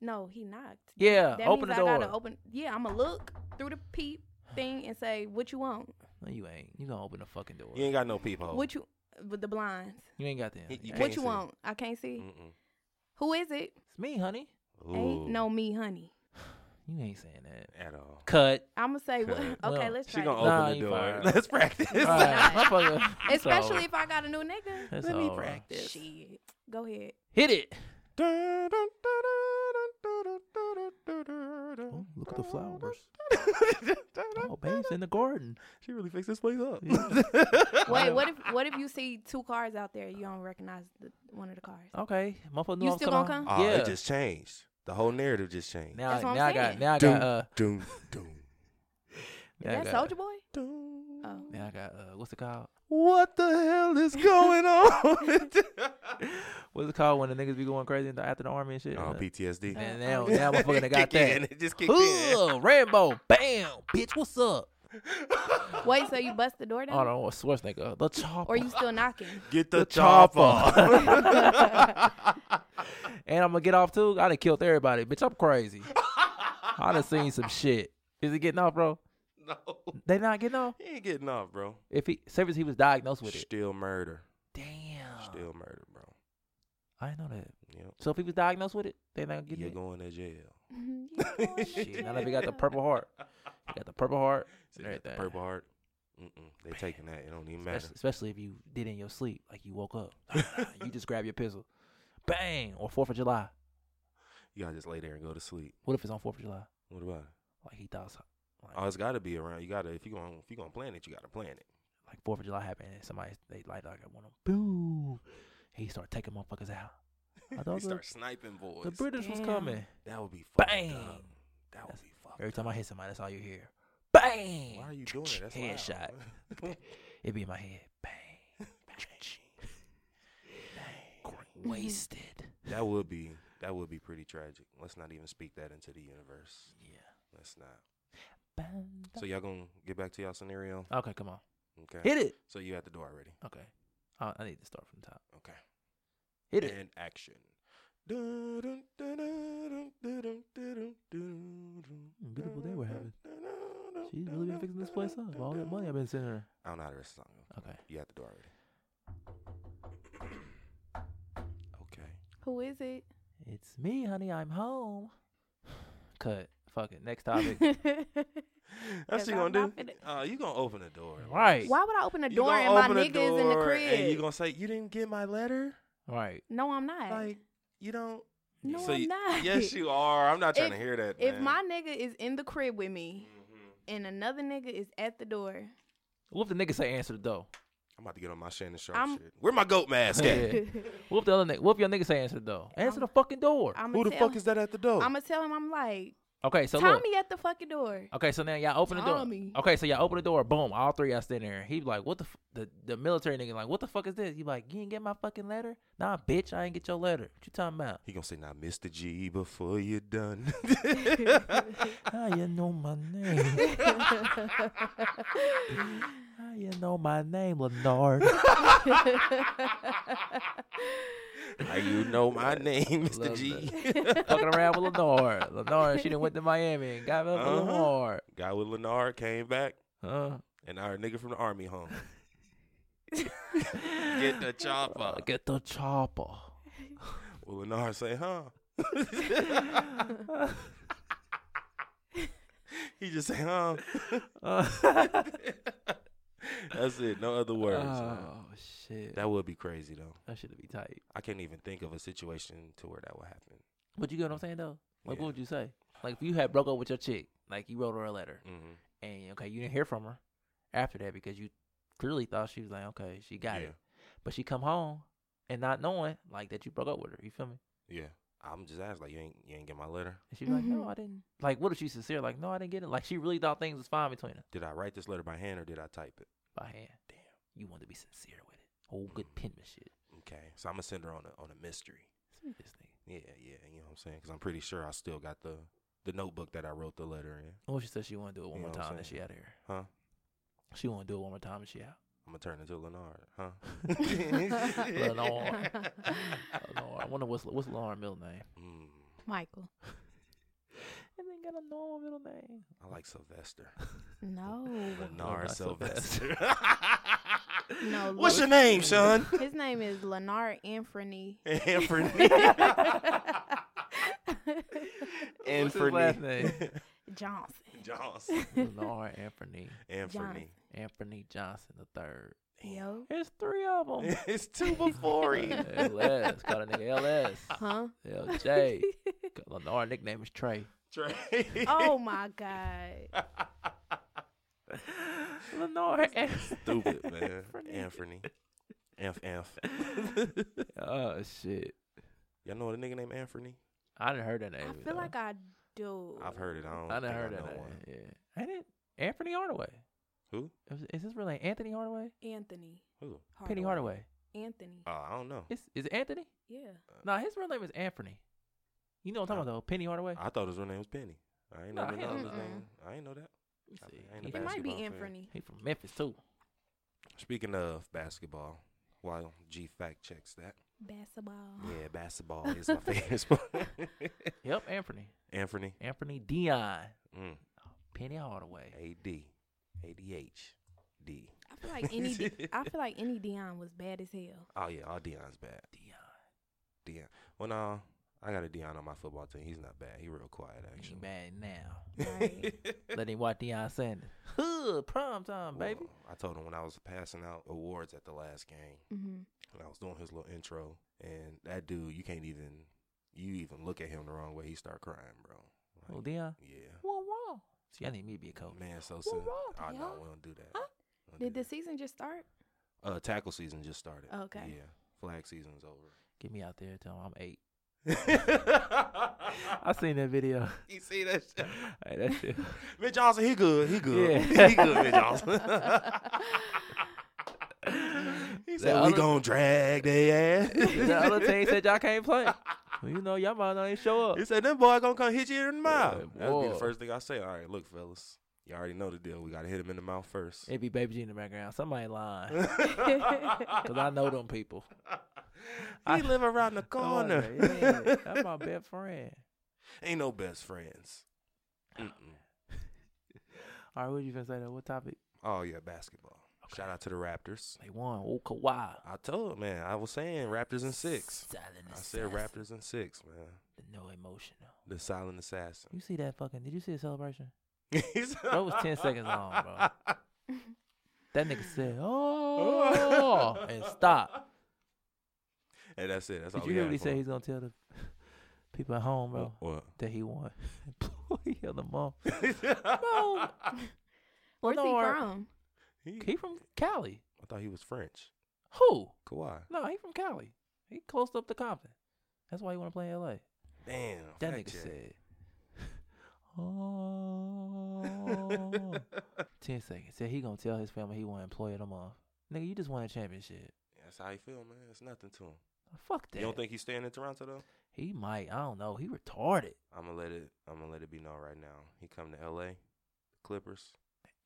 no, he knocked.
Yeah,
That
Uh, open the
means
door.
I gotta open. Yeah, I'ma look through the peep thing and say what you want.
no, you ain't. You gonna open the fucking door?
You ain't got no
Oh.
peephole.
What you with the blinds?
You ain't got them.
You- you
Yeah.
can't
What you
see. Mm.
want? I can't see.
Mm-mm.
Who is it?
It's me, honey.
Ooh,
Ain't no me, honey.
You ain't saying that.
At all.
Cut.
I'ma say what?
Good.
Okay,
Well,
let's
She
try.
gonna
it.
open
Nah,
the
you
door.
fine.
<laughs> Let's practice.
All right,
<laughs>
motherfucker. It's all
Especially
right.
if I got a new nigga.
It's
Let me
all right.
practice.
Shit. Go ahead.
Hit it. Oh,
Look
look at the flowers. Oh, babe's in the garden.
She really fixed this place up. <laughs>
Wait, what if what if you see two cars out there you don't recognize the, one of the cars?
Okay, motherfucker. knew
You
I was
still
coming
gonna
home.
Oh,
<laughs> yeah.
it just changed. The whole narrative just changed.
now,
That's what I'm
now I got.
saying.
Now I
doom,
got. Uh, <laughs>
doom, doom,
now I
That's
got-
Soldier Boy.
doom.
Oh,
Now I got uh, what's it called?
What the hell is going on?
<laughs> What's it called when the niggas be going crazy in the- after the army and shit?
oh,
Uh,
PTSD.
and
<laughs>
now, now motherfucker done got
Kick in. <laughs>
that.
It just kicked in.
Ooh, Rambo, bam, bitch, what's up?
wait, so you bust the door
Oh
down,
no, Schwarzenegger, the chopper.
or you still knocking?
<laughs> Get the,
The
chopper.
<laughs> and I'm gonna get off too. I done killed everybody, bitch. I'm crazy. I done seen some shit. Is he getting off, bro?
no.
They not getting off.
<laughs> He ain't getting off, bro.
If he, service, he was diagnosed with it. Ah.
Still murder.
Damn.
Still murder, bro.
I didn't know that.
Yep.
So if he was diagnosed with it, they not getting
You're
it.
going to jail. <laughs>
Shit, now that he got the Purple Heart, he got the Purple Heart,
See,
and
you got the
everything.
Purple Heart. Mm-mm. They taking that. It don't even matter.
Especially, especially if you did it in your sleep, like you woke up, <laughs> you just grab your pistol, bang, or Fourth of July.
<laughs> You gotta just lay there and go to sleep.
What if it's on Fourth of July?
What about it?
Like he thought, so- like,
Oh, it's gotta be around. You gotta if you gonna if you gonna plan it, you gotta plan it.
like Fourth of July happened, and somebody they light like one of boom, he start taking motherfuckers out.
<laughs>
I
You
thought the,
start sniping boys.
the British was
Damn.
coming.
that would be fucked
Bang!
up. That would be fucked.
Every time
up.
I hit somebody, that's all you hear. Bang!
why are you doing it? That's
Headshot.
loud.
It be in my head. Bang. Bang. Wasted.
<laughs> that would be that would be pretty tragic. Let's not even speak that into the universe.
Yeah.
Let's not.
Bang.
So y'all gonna get back to y'all scenario?
Okay, come on.
Okay.
Hit it.
So you at the door already?
Okay. I, I need to start from the top.
Okay.
Hit it.
And action.
Beautiful
Beautiful
day we're having. She's really been fixing this place up. All that money I've been sending her.
I don't know how to rest the song.
Okay.
You have to do it already. <clears throat> Okay.
Who is it?
It's me, honey. I'm home. <sighs> Cut. Fuck it. Next topic.
That's
'Cause
what you
I'm
gonna
not
do.
finna-
Uh, you gonna open the door,
<laughs>
Right.
Why would I open the
You
door
gonna
and my
open the
niggas in the
door
crib?
And you gonna say you didn't get my letter?
<laughs> right.
no, I'm not.
Like you don't.
no,
so
I'm
you-
not.
Yes, you are. I'm not trying
If-
to hear that.
If
man. Mm-hmm.
my nigga is in the crib with me and another nigga is at the door,
What if the nigga say answer the door?
I'm about to get on my Shannon Sharp
I'm-
shit. Where my goat mask at?
<laughs>
Yeah. What if the other nigga? What if your nigga say answer the door? Answer the fucking door.
I'm
Who the fuck is that at the door?
I'm gonna tell him I'm like
Okay. So look.
Tommy at the fucking door.
Okay, so now y'all open the
Tommy.
door. Okay, so y'all open the door. Boom, all three y'all stand there. He like, what the f-? the the military nigga like, what the fuck is this? You like, you ain't get my fucking letter? Nah, bitch, I ain't get your letter. What you talking about?
he gonna say, "Now, Mr. G, before you done."
<laughs>
<laughs>
How you know my name? <laughs> How you know my name, <laughs> Leonard?
Now you know my name, Mr.
Love
G.
Fucking
Oh. <laughs>
around with Leonard. Leonard, she done went to Miami and got up
Uh-huh.
with Leonard.
Guy with Lenard came back,
Huh?
and our nigga from the army home. Get the chopper.
<laughs> Uh, get the chopper.
<laughs> Well, Lenard say, "Huh." he just say, "Huh."
Uh,
That's it. No other words. man.
oh shit, that,
That would be crazy though.
should be tight.
I can't even think of a situation to where that would happen.
But you get what I'm saying though? Like,
Yeah.
what would you say? Like, if you had broke up with your chick, like you wrote her a letter,
Mm-hmm.
and okay, you didn't hear from her after that because you clearly thought she was like, okay, she got
yeah.
it, but she come home and not knowing like that you broke up with her. You feel me?
Yeah. I'm just asking, like, you ain't you ain't get my letter.
And she be like,
Mhm.
no, I didn't. Like, what if she's sincere? Like, no, I didn't get it. Like, she really thought things was fine between us
Did I write this letter by hand or did I type it?
by hand. Damn, you want to be sincere with it. Oh, good penmanship.
Okay. So I'm gonna send her on a on a mystery.
See this nigga.
Yeah, yeah. You know what I'm saying? Because I'm pretty sure I still got the the notebook that I wrote the letter in.
Well, she said she want to do it one
You
more
know what I'm
time and
saying?
she out of here.
Huh?
She want to do it one more time and she out.
I'm gonna turn into Leonard. Huh?
<laughs> Lenore. Lenore. Oh, I wonder what's what's Lenore middle <laughs> name.
<laughs> Mm,
<laughs> Michael.
I ain't got a normal middle name.
I like Sylvester.
No.
Leonard
not
Sylvester. <laughs>
No.
What's your
look.
name, son?
His name is Lenar
<laughs>
Anfrony.
<laughs>
And
What's his
for
last name?
<laughs>
<laughs>
Johnson.
Johnson.
<laughs> Lenore Anthony.
And for
Johnson.
me.
Anthony Johnson the third.
Yo.
It's three of
Oh.
them.
<laughs>
<laughs>
It's two
<laughs>
before he.
LS. Call that nigga LS.
Huh?
Uh,
LJ. Lenore nickname is Trey.
Trey.
<laughs> Oh my God.
Lenore Anthony.
<laughs> <laughs> Stupid, man. Anthony. Anf Anf.
Oh shit.
Y'all know the nigga named Anthony?
I didn't heard that name.
I
though.
feel like I do.
I've heard it. I don't
I didn't
think
heard
I
that
know
name.
one.
Yeah. Ain't it Anthony Hardaway?
Who?
Is, is his real name Anthony Hardaway?
Anthony.
Who?
Penny Hardaway.
Anthony.
Oh, I don't know.
It's, is it Anthony?
Yeah.
No, his real name is Anthony. You know what I'm talking about though. Penny Hardaway.
I thought his real name was Penny. I ain't know
No,
that
he-
that was his
Mm-mm.
name. I ain't know that.
Let me
I
see.
ain't
He
a
It might be
basketball fan.
Anfrony.
He from Memphis too.
Speaking of basketball, while G fact checks that.
Basketball.
Yeah, basketball is my <laughs> favorite sport.
Yep, Anthony.
Anthony.
Anthony Dion.
Mm.
Penny Hardaway.
A D. A D H. D.
I feel like
<laughs>
any. De- I feel like any Dion was bad as hell.
Oh yeah, all Dion's bad.
Dion.
Dion. Well, no, I got a Dion on my football team. He's not bad. He real quiet <laughs>
He
actually.
mad now.
Right.
Let him watch Deion Sanders. <laughs> Huh, prime time, baby.
Well, I told him when I was passing out awards at the last game,
mm-hmm.
and I was doing his little intro, and that dude, you can't even, you even look at him the wrong way, he start crying, bro. Like,
Oh, Dion.
yeah,
What wrong? See, I need me to be a coach.
man, so soon.
wrong,
Oh no,
Dion?
we don't do that.
Huh?
We don't
Did
do
the season just
<laughs>
start?
that. uh tackle season just started?
Okay.
yeah, flag season's
<laughs>
over. <laughs>
Get me out there. Tell him I'm eight. I
I
seen that video. <laughs>
You see that shit?
hey, that shit.
Mitch Johnson, he good. He good. <laughs>
Yeah.
he good, Mitch Johnson. he said, we
other- <laughs>
gonna drag their ass.
the other team said y'all can't play. Well, you know y'all might not even
<laughs>
show
<laughs>
up.
He said, them boy gonna come hit you in the mouth.
Yeah,
That'd be the
boy.
first thing I say. All right, look, fellas. You already know the deal. We gotta hit him in the mouth <laughs>
<laughs>
first. <laughs>
It be Baby G in the background. Somebody lying. Cause I know them people. I-
I live around the corner.
Oh, yeah, that's
<laughs>
my best friend.
Ain't no best friends. Mm-mm.
All right, what you gonna say though? What topic?
Oh yeah, basketball. Shout out to the Raptors.
They won. Oh, Kawhi.
I told man, I was saying Raptors in six.
Silent
I said
assassin.
Raptors in six, man.
No emotion. though.
The silent assassin. <laughs>
You see that fucking? Did you see the celebration?
that
was 10 seconds long,
<laughs>
bro. That nigga said, "Oh," and stop.
And that's it. That's
Did
all
you
we
hear
had
what he
for
said?
him.
He's gonna tell the people at home, bro,
What?
that he won <laughs> employee of the month.
<laughs> I
<laughs> Where's he
Lenore.
from?
He from Cali.
thought he was French.
Who?
Kawhi.
No, he from Cali. He close up to Compton. That's why he want to play in L.A.
Damn.
That
fact
nigga
check. <laughs>
said, <laughs> "Oh." Ten seconds. Said he gonna tell his family he won employee of the month. Nigga, you just won a championship.
That's how he feel, man. It's nothing to him.
Fuck that.
You don't think he's staying in Toronto though?
he might? I don't know. He retarded.
I'm gonna let it. I'm gonna let it be known right now. He come to L.A. Clippers.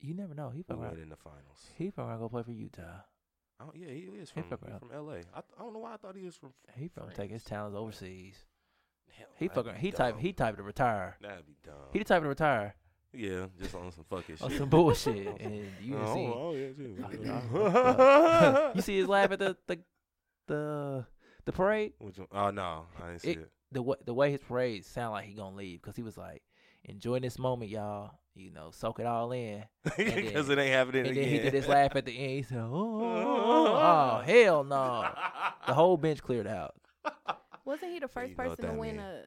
You never know. He
We
fucking.
went in the finals.
He fucking go play for Utah.
I don't, yeah, he is from,
fuck
he
around.
from L.A. I, th- I don't know why I thought he was from.
He fucking take his
time.
talents overseas. He fucking. He
dumb.
type. He type to retire.
That'd be dumb.
He the type to retire
yeah, just on some fucking
on
shit.
some bullshit.
<laughs>
And you
oh,
see. <laughs>
oh, uh, yeah, too. <laughs>
you see his laugh at the the the the parade.
Which one? Oh no, I didn't see
It-
it.
The way the way his parade sound like he gonna leave because he was like, enjoy this moment, y'all. You know, soak it all in.
<laughs>
then-
Because it ain't happening
And then
again.
he did
<laughs>
his laugh at the end. He said, "Oh, oh, oh, hell no!"
<laughs>
The whole bench cleared out.
Wasn't he the first
you know what
person to
that
win
mean.
a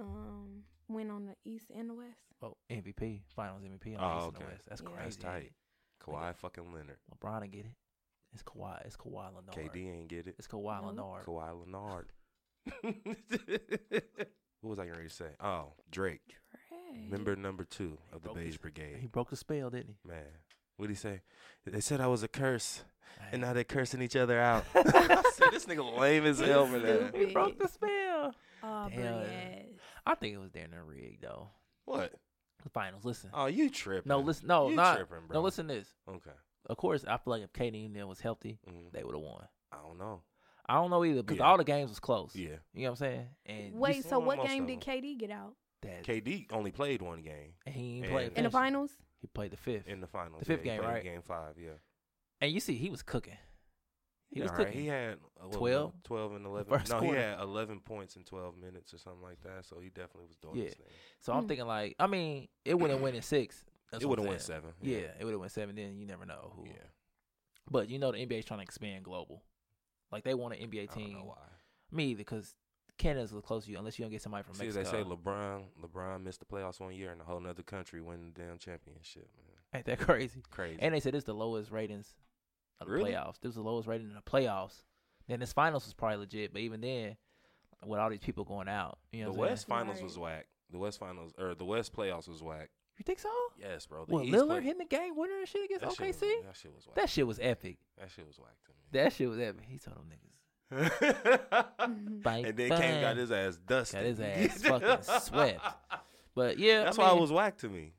um win on the East and the West?
Oh, MVP, Finals MVP on
Oh,
the East and the
okay.
West. That's
Yeah.
crazy.
That's
ain't it?
tight. Kawhi fucking Leonard.
LeBron didn't get it. It's Kawhi. It's Kawhi Leonard.
KD ain't get it.
It's Kawhi
No.
Leonard.
Kawhi Leonard.
<laughs>
<laughs> what was I going to say? Oh, Drake,
Dre.
member number two of the
broke his-
Beige Brigade.
He broke the spell, didn't he?
Man, what did he say? They said I was a curse, and
Hey. <laughs>
now they're cursing each other out. <laughs> I said, this nigga lame as hell for that.
He broke the spell.
Oh, but
Damn.
yes.
I think it was Darren and Rig though.
What?
The finals. Listen.
Oh, you tripping?
no, listen. No,
you
not.
tripping, bro.
no, listen. to This.
Okay.
Of course, I feel like if Katie and them was healthy,
Mhm.
they would have won.
I don't know.
I don't know either because
Yeah.
all the games was close.
Yeah.
You know what I'm saying? And you
Wait,
just
so what
almost
game
of
did KD get out?
that
KD only played one game
he ain't
And-
played
In the
Yes.
finals.
finals?
He played the fifth.
in the finals.
The fifth
yeah, he
game,
played
right?
Game five. Yeah.
and you see, he was cooking. He was
All right,
cooking.
He had uh, what,
12?
12 and 11.
first
no, he
quarter.
had 11 points in 12 minutes or something like that. So he definitely was doing
Yeah.
his thing.
so I'm
Hmm.
thinking like, I mean, it wouldn't win in six. That's
It
what
would
I'm
have went
saying.
seven.
Yeah, it would have went seven. Then you never know who.
Yeah.
But you know, the NBA's trying to expand global. Like they want an NBA
I don't
team.
know why.
Me either, because Canada's the close to you unless you don't get somebody from
See,
Mexico.
they say LeBron LeBron missed the playoffs one year and a whole other country won the damn championship. Man.
Ain't that crazy?
Crazy.
And they said it's the lowest ratings of the
Really?
playoffs. This was the lowest rating in the playoffs. Then this finals was probably legit, but even then, with all these people going out, you know,
the
what I'm
West
saying?
finals
Right.
was whack. The West finals or the West playoffs was whack.
You think so?
Yes, bro. The
Well,
East
Lillard
play-
hitting the game winner and shit against
that shit was-
OKC.
that shit was whack.
That shit was epic.
that shit was whack to me.
That shit was epic. He told them niggas.
Mm-hmm.
Bye,
<laughs> and then Kane got
bye.
his ass dusted.
Got his
<laughs>
ass fucking swept. But yeah,
That's
I
why
mean-
it was whack to me.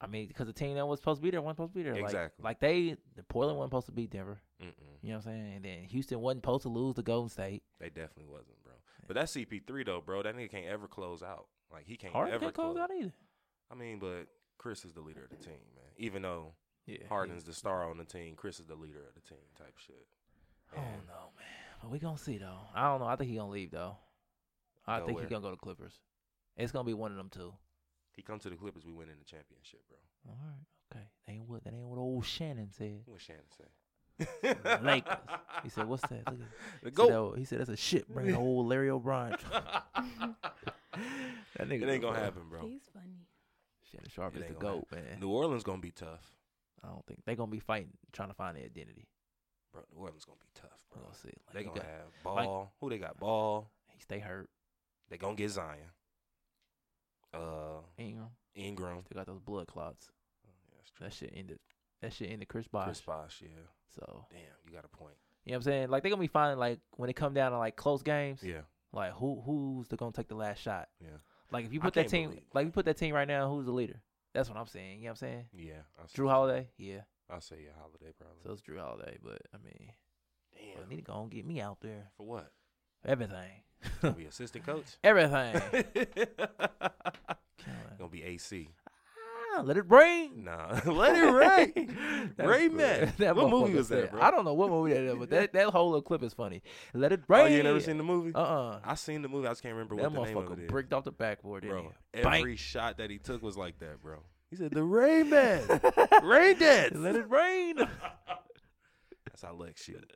I mean, because the team that was supposed to be there wasn't supposed to be there. Like-
Exactly.
Like, they, the Portland wasn't supposed to beat Denver.
Mm-mm.
You know what I'm saying? And then Houston wasn't supposed to lose to Golden State.
They definitely wasn't, bro. But that CP3 though, bro, that nigga can't ever close out. Like he can't
Harden
ever
can't close out either.
I mean, but Chris is the leader of the team, man. Even though
Yeah.
Harden's the star on the team, Chris is the leader of the team, type shit.
I don't
And
know, Oh, man. But we gonna see though. I don't know. I think he gonna leave though. I
Go
think
where?
he gonna go to Clippers. It's gonna be one of them two.
He come to the Clippers, we win in the championship, bro.
All right. Okay. That ain't what that ain't what old Shannon said.
What Shannon say?
<laughs> Lakers. He said, "What's that?"
<laughs>
Look at
The
He said,
goat.
"Oh," he said, "That's a shit brain, old
<laughs>
Larry O'Brien." that nigga
It ain't gonna
bro.
happen, bro.
He's funny.
Shannon Sharp
It
is the
ain't gonna
goat, man.
New Orleans gonna be tough,
I don't think they're gonna be fighting, trying to find their identity.
bro. New Orleans gonna be tough,
We're
bro.
gonna see. Like,
They
you
gonna
Oh, got-
have
Mike-
ball. Who they got? Ball.
he stay hurt.
They gonna get Zion. Uh,
Ingram
Ingram.
still got those blood clots.
That's true.
That shit ended. That shit ended Chris Bosh.
Chris Bosh, yeah.
So
Damn, you got a point.
you know what I'm saying? Like they're gonna be finding like when it come down to like close games,
Yeah,
like who who's the gonna take the last shot?
yeah,
Like if you
I
put that
can't
team,
believe-
like if you put that team right now, who's the leader? That's what I'm saying. You know what I'm saying?
yeah. I say,
Drew Holiday, yeah.
I say yeah, Holiday probably.
So it's Drew Holiday, but I mean, But I
Damn.
need to go and get me out there.
For what? <laughs>
Everything.
Gonna be assistant
<laughs>
coach? <laughs>
Everything.
Gonna be AC.
Ah, let it rain.
Nah, <laughs> let
<laughs>
it rain.
That's
Rain
good. <laughs>
Man. What
motherfucker
movie was that,
said-
bro?
I don't know what movie that is, but that, that whole little clip is funny. Let it rain.
Oh, you ain't never seen the movie?
Uh-uh.
I seen the movie. I just can't remember
that
what the name of it
motherfucker
is.
bricked off the backboard, didn't
bro,
he?
every shot that he took was like that, bro. He said,
<laughs>
"The Rain Man, Rain Dance."
Let it
<laughs>
rain.
That's how Lex shoot.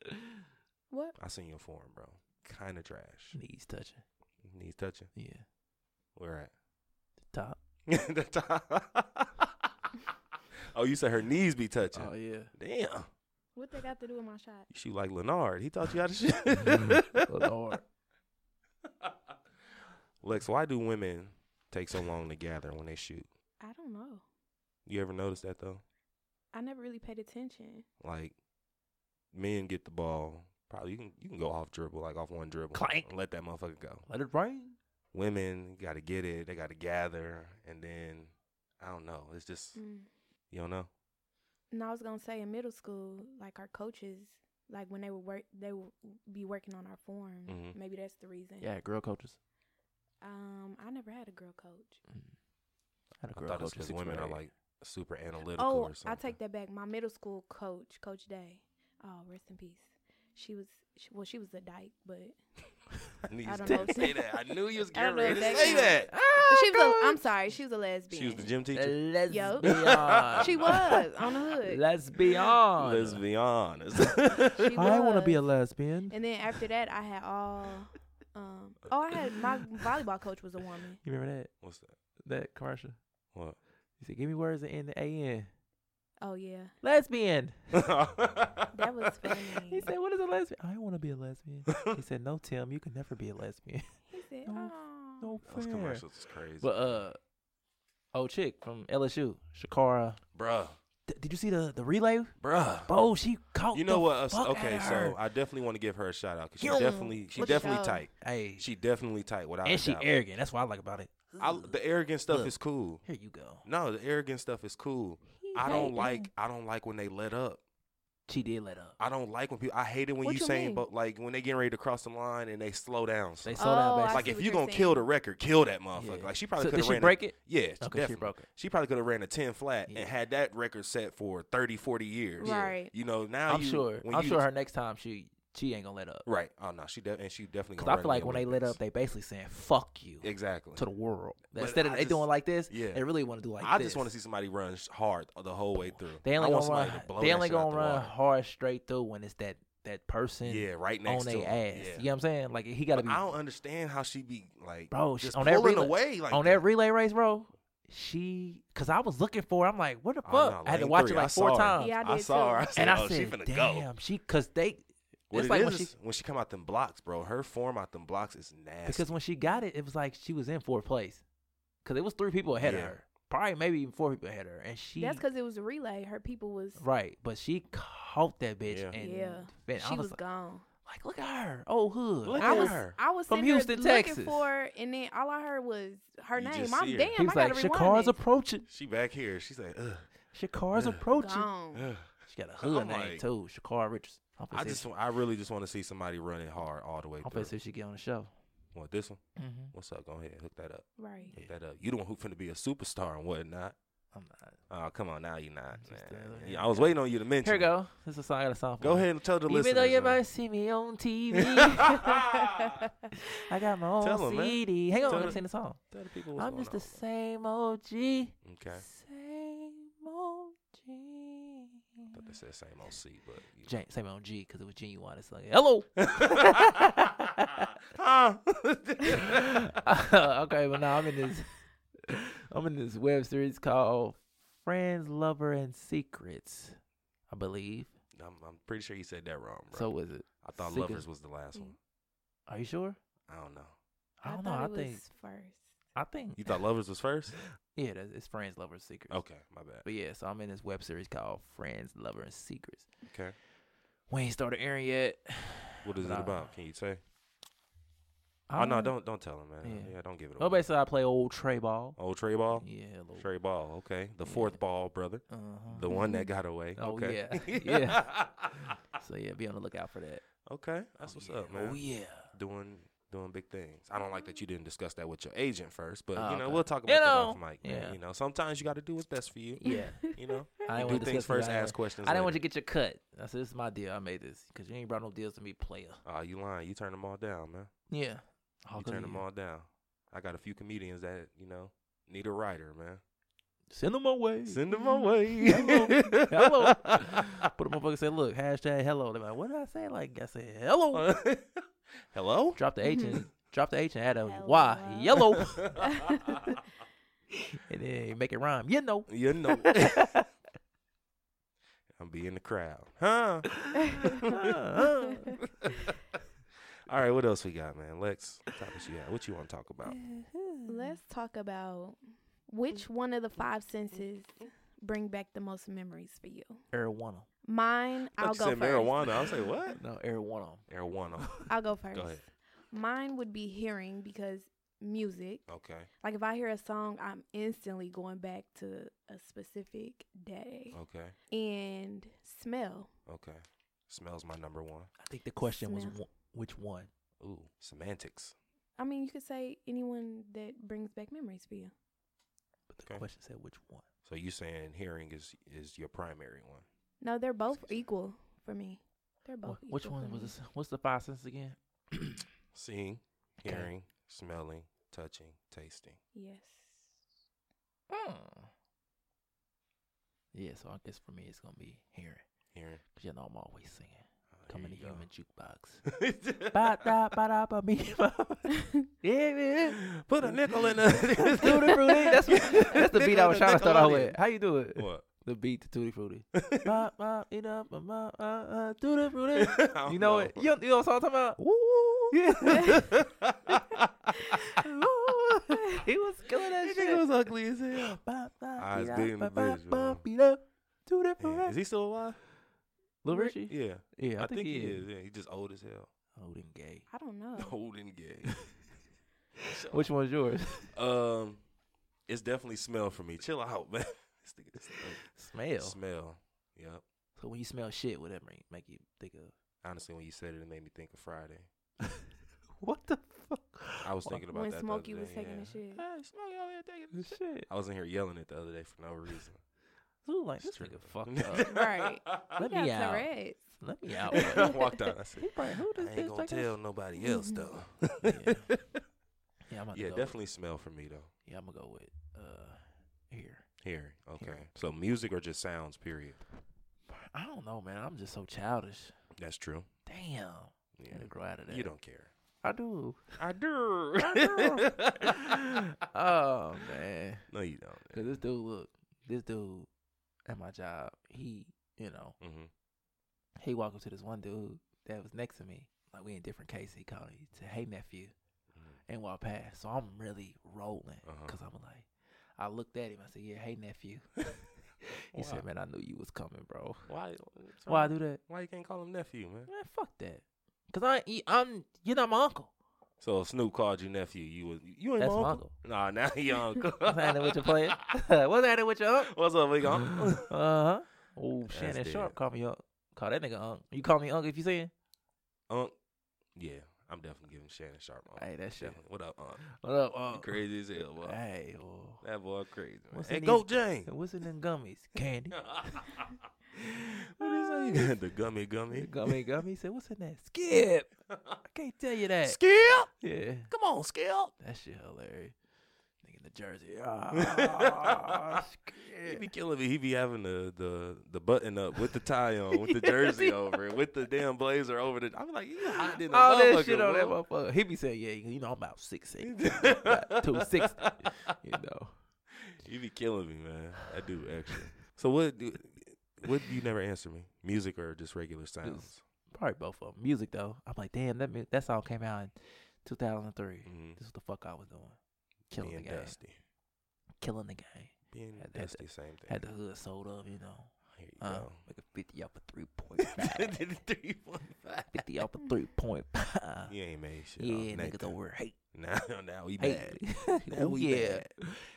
What?
I seen your form, bro. Kind of trash.
Knees touching.
Knees touching.
Yeah.
Where at? <laughs>
The top.
the top. <laughs> oh, you said her knees be touching.
Oh, yeah.
<laughs> Damn.
What they got to do with my shot?
You shoot like Leonard. He taught you
<laughs>
how to shoot.
Mm-hmm. Lord.
Lex, why do women take so long to gather when they shoot?
I don't know.
You ever notice that though?
I never really paid attention.
Like men get the ball. Probably you can you can go off dribble, like off one dribble.
Clank.
And let that motherfucker go.
Let it rain.
Women gotta get it, they gotta gather, and then I don't know. It's just
Mm.
you don't know.
And I was gonna say in middle school, like our coaches, like when they would work, they would be working on our form.
Mhm.
Maybe that's the reason.
Yeah, girl coaches.
Um, I never had a girl coach.
Had a
I
girl
thought
coach
it's
in
because
sixth
women are
grade.
like super analytical
Oh,
or something.
I take that back. My middle school coach, Coach Day. Oh, rest in peace. She was she, well, she was a dyke, but
<laughs> I knew you
I
was
don't
gonna
know.
say that. I knew you was
<laughs> I don't
getting ready
know if
to
that
say that.
counts.
Ah, Oh,
she was. A, I'm sorry, she was a lesbian.
She was the gym
A
teacher.
lesbian.
<laughs>
She was on the
<laughs>
hood.
Lesbian.
Let's be honest.
She
I want to be a
was.
lesbian.
And then after that, I had all. Um, oh, I had my volleyball coach was a woman.
You remember that
What's <laughs> that?
that commercial?
What?
He said, "Give me words that end in an."
Oh yeah,
Lesbian.
that was
<laughs>
funny.
<laughs> He said, "What is a lesbian?" I want to be a lesbian. he said, "No, Tim, you can never be a lesbian. <laughs>
He said,
No,
"Oh,
no
Those
fair."
commercials is crazy.
But uh, old chick from LSU, Shakara.
bruh,
D- did you see the the relay?
bruh.
Bro, she caught.
You know
the
what? us-
fuck
okay,
out of
so
her.
I definitely want to give her a shout out because she
Yo.
definitely, she
What the
definitely
hell?
tight.
hey,
She definitely tight. Without a
and she
doubt.
arrogant. That's what I like about it.
I, the arrogant stuff
Look.
is cool.
Here you go.
No, the arrogant stuff is cool.
he
I
hate
don't
him."
like. I don't like when they let up.
She did let up.
I don't like when people. I hate it when
What
you
you
saying,
mean?
but like when they getting ready to cross the line and they slow down.
They
Like,
slow down,
Oh,
back.
I
like
see
if
what
you
you're
gonna
saying.
kill the record, kill that motherfucker.
Yeah.
Like she probably
So
could
did
have
she
ran.
break
a,
it?
Yeah, she
Okay, she
definitely
broke it.
She probably could have ran a ten flat
Yeah.
and had that record set for 30, 40 years.
Right.
You know now.
I'm
you-
sure.
when
I'm
you-
sure her next time she she ain't gonna let up.
Right. Oh no, she de- and she definitely.
Because
gonna
I
run
feel
in
like
the
when they lit
Olympics.
up, they basically saying "fuck you"
Exactly.
to the world.
But
Instead of
I
they
just-
doing like this,
yeah.
they really want to do like
I
this.
just want to see somebody run sh- hard the whole way through.
They
I
only
want
gonna
somebody
run.
to blow
They
that
only
shit out
gonna
the
run
water.
hard straight through when it's that that person
Yeah, right next
on
to
their ass.
him.
You know
Yeah.
what I'm saying? Like he got to
But
be
I don't understand how she be like,
Bro, she-
just
on that
pulling
relay-
away like
on that relay race, bro. She, cause I was looking for. Her, I'm like, what the fuck?
Oh, no,
I had to
lane
watch
three,
it
I
like four
saw her.
times,
Yeah, I
I
did
saw her. I
too.
said,
and I
oh, she
said,
finna go.
damn, she, cause they.
What
it's
it
like
is
when she
is when she come out them blocks, bro. Her form out them blocks is nasty.
Because when she got it, it was like she was in fourth place. Because it was three people ahead of
Yeah.
her. Probably maybe even four people ahead of her. And she.
That's because it was a relay. Her people was
Right. But she caught that bitch.
Yeah.
And,
yeah.
man, I
she
was,
was
like,
gone.
like, look at her. Oh, hood.
Look
I
at
was,
her.
I was
From
sitting there
Houston,
looking
Texas.
for, her, and then all I heard was her
You
name.
just
I'm
see her.
damn.
He was
I
like,
gotta rewind
Shakar's
this.
approaching.
she back here, she's like, ugh,
Shakar's approaching.
Gone.
ugh.
She got a hood
I'm
name,
like-
too. Shakar Richards. I'm
I
finna
just,
see,
I really just want to see somebody running hard all the way
I'm
through.
finna see if she get on the show.
Want this one?
Mm-hmm.
What's up? Go ahead, hook that up.
Right.
Hook that up. You the one who finna be a superstar and whatnot.
I'm not.
Oh, come on, now you're not.
Just
man.
the other
Yeah,
hand.
I was waiting on you to mention.
Here we
it.
go. This is a song I got a song for.
Go ahead and tell the
Even
listeners. uh,
though you
man.
might see me
<laughs>
on TV, I got my own
Tell 'em, man.
CD. Hang on,
Tell
let me
the-
sing the song.
Tell the people
I'm just the same OG.
Okay.
Same
I thought they
OG.
said same OC, but you
Jan- same OG because it was genuine. It's like,
<laughs>
hello.
Huh?
<laughs> okay, but now I'm in this. I'm in this web series called Friends, Lover, and Secrets. I believe.
I'm, I'm pretty sure you said that wrong, bro.
So uh, was it?
I thought
Secret-
lovers was the last
<laughs>
one.
Are you sure?
I don't know.
I don't know.
thought
I
it was
think.
first.
I think.
You thought lovers was
<laughs>
first?
Yeah, that's, it's Friends, Lover, and Secrets.
Okay, my bad.
But yeah, so I'm in this web series called Friends, Lover, and Secrets.
Okay.
We ain't started airing yet.
What is it
But I-
about? Can you say?
I
Oh no,
wanna-
don't don't tell him, man.
Yeah.
Yeah, don't give it
Well,
away.
basically, Um, I play old Trey Ball.
Old Trey Ball.
Yeah, a little.
Oh. Trey Ball. Okay, the
Yeah.
fourth ball, brother.
<laughs> Uh-huh.
<laughs> The one that got away.
Oh
okay. <laughs>
yeah, yeah. So yeah, be on the lookout for that.
Okay, that's
Oh,
what's
yeah.
up, man.
Oh yeah.
Doing doing big things. I don't like that you didn't discuss that with your agent first, but
Oh,
you know
okay.
we'll talk about
You
that
know,
off mic. man.
yeah.
You know, sometimes you got to do what's best for you. <laughs>
<laughs>
Yeah.
You
<laughs>
know,
I
You do
didn't want to
things
discuss it,
first,
I didn't
ask questions.
I didn't want you
later.
to get your cut. I said, this is my deal. I made this because you ain't brought no deals to me, player. Oh,
Aw, Ah, you lying. You turn them all down, man.
Yeah.
you turn them all down. I got a few comedians that you know need a writer, man.
Send them away.
Send <laughs> them away.
Hello. <laughs>
<laughs>
Hello. but the motherfucker said, look, hashtag hello. They're like, what did I say? Like, I said,
Uh,
hello.
Hello.
drop the H
<laughs>
and drop the H and add a
Hello.
Y. Yellow. and then make it rhyme. You
<laughs>
know. Uh-huh.
you know. I'm be in the crowd, huh? All right, what else we got, man? Lex, what topics you got? What you want to talk about?
Let's talk about which one of the five senses bring back the most memories for you.
Arowana.
Mine,
I
I'll
thought you
go
said
first.
marijuana. I was like, what?
No, arowana.
<laughs> Marijuana.
I'll go first.
ahead.
Mine would be hearing because music.
Okay.
Like if I hear a song, I'm instantly going back to a specific day.
Okay.
And smell.
Okay. Smells my number one.
I think the question was
Smell.
one, which one?
Ooh, semantics.
I mean, you could say anyone that brings back memories for you.
But the
Okay.
question said which one.
So you saying hearing is is your primary one?
No, they're both equal for me. They're both.
Wh- which
equal
one
for
was
me.
this? What's the five senses again?
Seeing,
Okay.
hearing, smelling, touching, tasting.
Yes.
Hmm. Yeah, so I guess for me it's gonna be hearing.
Hearing.
Cause you know I'm always singing.
Oh,
Come
here
in the
you
human
<laughs>
jukebox.
go. <laughs>
ba da ba da ba me. ba- yeah, man.
<laughs> Put a nickel in
It's
the.
Tutti
<laughs>
Frutti. That's, <laughs> that's the beat I was trying to start off
Nickelodeon.
with. How you do it?
what?
The beat to Tutti Frutti. <laughs> ba,
<laughs>
ba, eat up, ba, ba, uh, uh, Tutti Frutti. You know it. You, you know what I'm talking about?
Woo!
Yeah.
he
<laughs> he was killing that
That
shit.
nigga was ugly as hell.
Ba, ba,
Eyes
beat up,
big in the
ba, ba,
bitch,
ba,
bro.
beat up, Tutti
Yeah. Is
Frutti.
he still alive?
Lil Richie?
Yeah.
Yeah,
I, think, he is. Yeah, he just old as hell.
Old and gay.
I
<laughs>
don't <laughs> know.
Old and gay. So,
Which one's yours? <laughs>
um, it's definitely smell for me. Chill out, man. <laughs> This nigga is like-
Smell.
Smell. Yep.
So when you smell shit, whatever, make you think of
Honestly, when you said it, it made me think of Friday.
what the fuck?
I was thinking about
When
that.
Smokey
the other
was
day,
taking
yeah.
a shit.
Hey, Smokey over here taking a shit.
Shit.
I was in here yelling it the other day for no reason.
Who like
It's
this nigga
true. <laughs>
fucked
<laughs>
up?
Right.
Let
Yeah,
me out.
Tourette's.
Let me out.
I
bro.
walked out. I
<laughs>
said,
He probably who this
I ain't
bitch
gonna
taking a
tell nobody else
Mhm.
though.
shit? Yeah, <laughs> yeah, I'm about to
Yeah,
go
definitely smell for me though.
With, yeah, I'm gonna go with uh here.
Hearing. Okay.
Hearing.
So music or just sounds, period.
I don't know, man. I'm just so childish.
That's true.
Damn, I
Yeah.
gotta grow out of that.
You don't care.
I do.
<laughs> I do.
<laughs> oh man,
no, you don't.
cause this dude look, this dude at my job, he, you know,
Mm-hmm.
he walked up to this one dude that was next to me. Like we in different cases. He called me, he said, "Hey nephew,"
Mm-hmm.
and walked past. So I'm really rolling
Uh-huh.
because I'm like, I looked at him. I said, "Yeah, hey nephew." <laughs> he
Wow.
said, "Man, I knew you was coming, bro.
Why?
Why I do that?
Why you can't call him nephew, man?
Man, fuck that. Cause I, ain't- I'm, you're not
<laughs>
my uncle.
So if Snoop called you nephew, you would you ain't
That's
my
my
uncle. Nah, now he
<laughs>
your uncle.
What's happening with your player? <laughs> What's happening with your uncle?"
<laughs> What's up, big
<laughs> uh
uncle?
huh. Oh,
That's
Shannon
dead.
Sharp call me up. Call that nigga unk. You call me unk if you see him.
Unc. Yeah, I'm definitely giving Shannon Sharp. Unc.
Hey, that shit.
Definitely. What up, Unc?
What up,
Oh, You
unk?
crazy as hell, boy.
Hey, oh.
That boy crazy. Man.
What's
Hey,
in
go
these-
Jane. <laughs>
And <laughs> what's in them gummies? Candy.
what is that? You got <laughs> the gummy gummy.
gummy, gummy. He Said what's in that?
<laughs>
Skip. I can't tell you that.
Skip,
Yeah,
come on, Skip.
that shit hilarious. Nigga in
<laughs>
the jersey. Ah,
He be
skip.
killing me. He be having the the, the button up with the tie on,
<laughs>
with the jersey over it, with the damn blazer over the. I'm like, you hot in the
All
motherfucker,
that shit on that
bro.
motherfucker. He be saying, "Yeah, you know I'm about six six,
<laughs>
about two six, you know."
You be killing me, man. I do extra. So what? do- What you never answer me? Music or just regular sounds?
probably both of them. Music though, I'm like, damn, that mu- that song came out in 2003.
hmm
This is the fuck I was doing, killing
Being
the game,
dusty.
killing the game.
Being
Had that-
dusty, same thing.
Had the hood sold up, you know.
Here you
Uh,
go.
make a 50 off a three <laughs> point five.
<laughs> Three, one, five.
50 off a three point five.
You ain't made shit.
Yeah,
off
niggas
nothing.
over hate,
<laughs> Now, now we bad.
hate.
Now
<laughs> oh
we
yeah,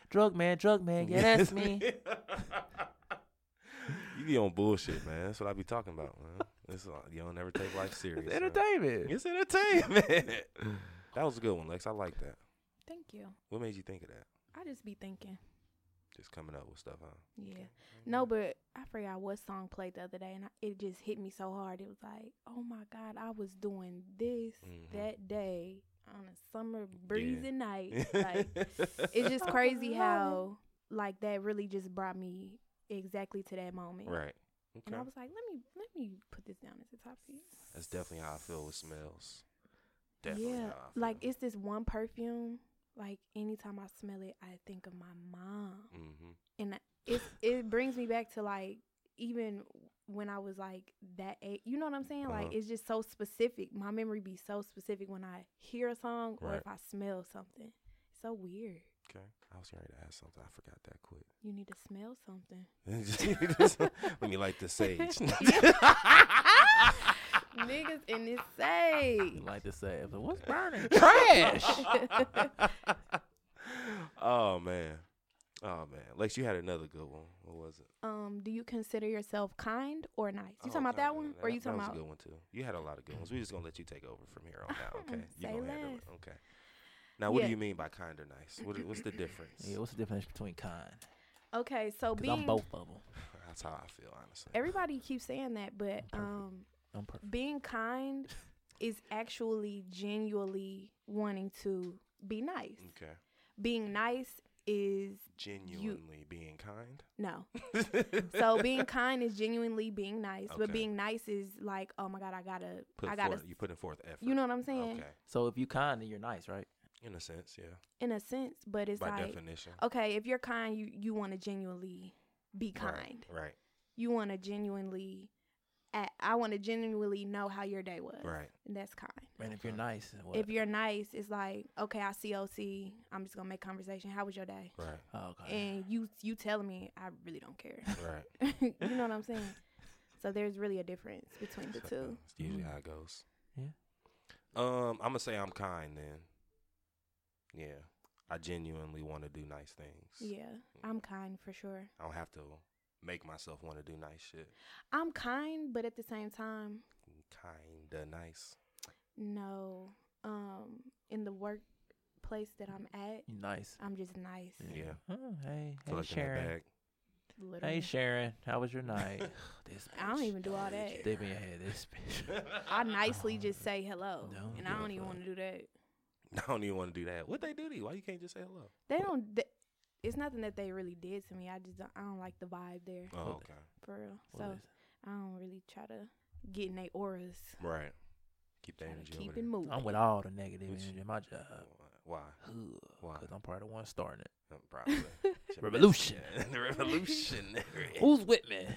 drug man,
<laughs>
drug man. Yeah, that's me.
<laughs> you be on bullshit, man. That's what I be talking about, man. It's all, you don't ever take life serious.
It's
man.
entertainment.
It's
<laughs>
entertainment. that was a good one, Lex. I like that.
Thank you.
What made you think of that?
I just be thinking.
Just coming up with stuff, huh?
Yeah. No, but I forgot what song played the other day, and I, it just hit me so hard. It was like, oh my God, I was doing this
Mhm.
that day on a summer
<laughs>
breezy night. <laughs> Like, it's just crazy how, like, that really just brought me exactly to that moment.
right.
And I
Okay.
was like, let me let me put this down as a topic.
That's definitely how I feel with smells. Definitely.
yeah,
how I feel.
like it's this one perfume. Like anytime I smell it, I think of my mom.
Mhm.
and I- it it brings me back to like even when I was like that age, you know what I'm saying? Like
Uh-huh.
it's just so specific. My memory be so specific when I hear a song or if I smell something. so weird.
Okay. I was ready to ask something. I forgot that quick. <laughs>
You need to smell something.
Let me light the
<laughs>
sage.
Niggas in this sage.
<laughs> like to say, but
<laughs>
what's burning?
<laughs> oh man. Oh man. Lex, you had another good one. What was it?
Um, do you consider yourself kind or nice? You
Oh,
talking about
okay,
that one,
yeah,
or you
that
talking
was
about?
a good one too. You had a lot of good ones. We're just gonna let you take over from here
<laughs>
on out. Okay. you
Say
gonna handle it.
less.
Okay. Now, what
Yeah.
do you mean by kind or nice? What, what's the difference?
<laughs> yeah, what's the difference between kind?
Okay, so
Because
being
I'm both of them.
That's how I feel, honestly.
everybody keeps saying that, but um,
I'm perfect.
being kind is actually genuinely wanting to be nice.
okay.
Being nice is
Genuinely being kind.
no.
<laughs>
so being kind is genuinely being nice, but
Okay.
being nice is like, oh my god, I gotta,
Put
I gotta.
forth, you putting forth effort.
You know what I'm saying?
Okay.
So if you kind, then you're nice, right?
In a sense, yeah.
In a sense, but it's
by
like,
definition.
okay, if you're kind, you you want to genuinely be kind.
Right.
You want to genuinely. I- I want to genuinely know how your day was.
Right.
And that's kind.
And if you're nice, then what?
If you're nice, it's like, okay, I see OC. I'm just gonna make conversation. How was your day?
Right.
oh, okay.
and you you telling me I really don't care. <laughs>
Right.
you know what I'm saying? So there's really a difference between the two. Mm-hmm.
It's usually how it goes.
Yeah.
Um, I'm gonna say I'm kind then. Yeah. I genuinely want to do nice things.
Yeah,
Mm.
I'm kind for sure.
I don't have to make myself want to do nice shit.
I'm kind, but at the same time,
Kinda nice.
no. Um, in the workplace that I'm at,
<laughs> you nice.
I'm just nice.
Yeah.
Oh, hey, hey
Collecting that
Sharon.
bag.
Literally,
Hey Sharon,
<laughs>
how was your night? this
I don't
bitch.
even do all that.
Dip in your head, this
<laughs>
bitch.
I nicely just say hello,
No,
and I
yeah,
don't even
but-
want to do that.
I don't even want to do that. What they do to you? Why you can't just say hello?
They don't. They, it's nothing that they really did to me. I just don't, I don't like the vibe there
Oh,
What-
okay.
for real.
What
So
is it?
I don't really try to get in their auras.
Right. Keep the
Try to
energy.
keep
over
it moving.
I'm with all the negative
Which-
energy in my job.
there. Why? <laughs> Why?
Because I'm probably the one starting it.
Uh, Probably.
<laughs> Revolution.
the <laughs> revolutionary.
Who's with me?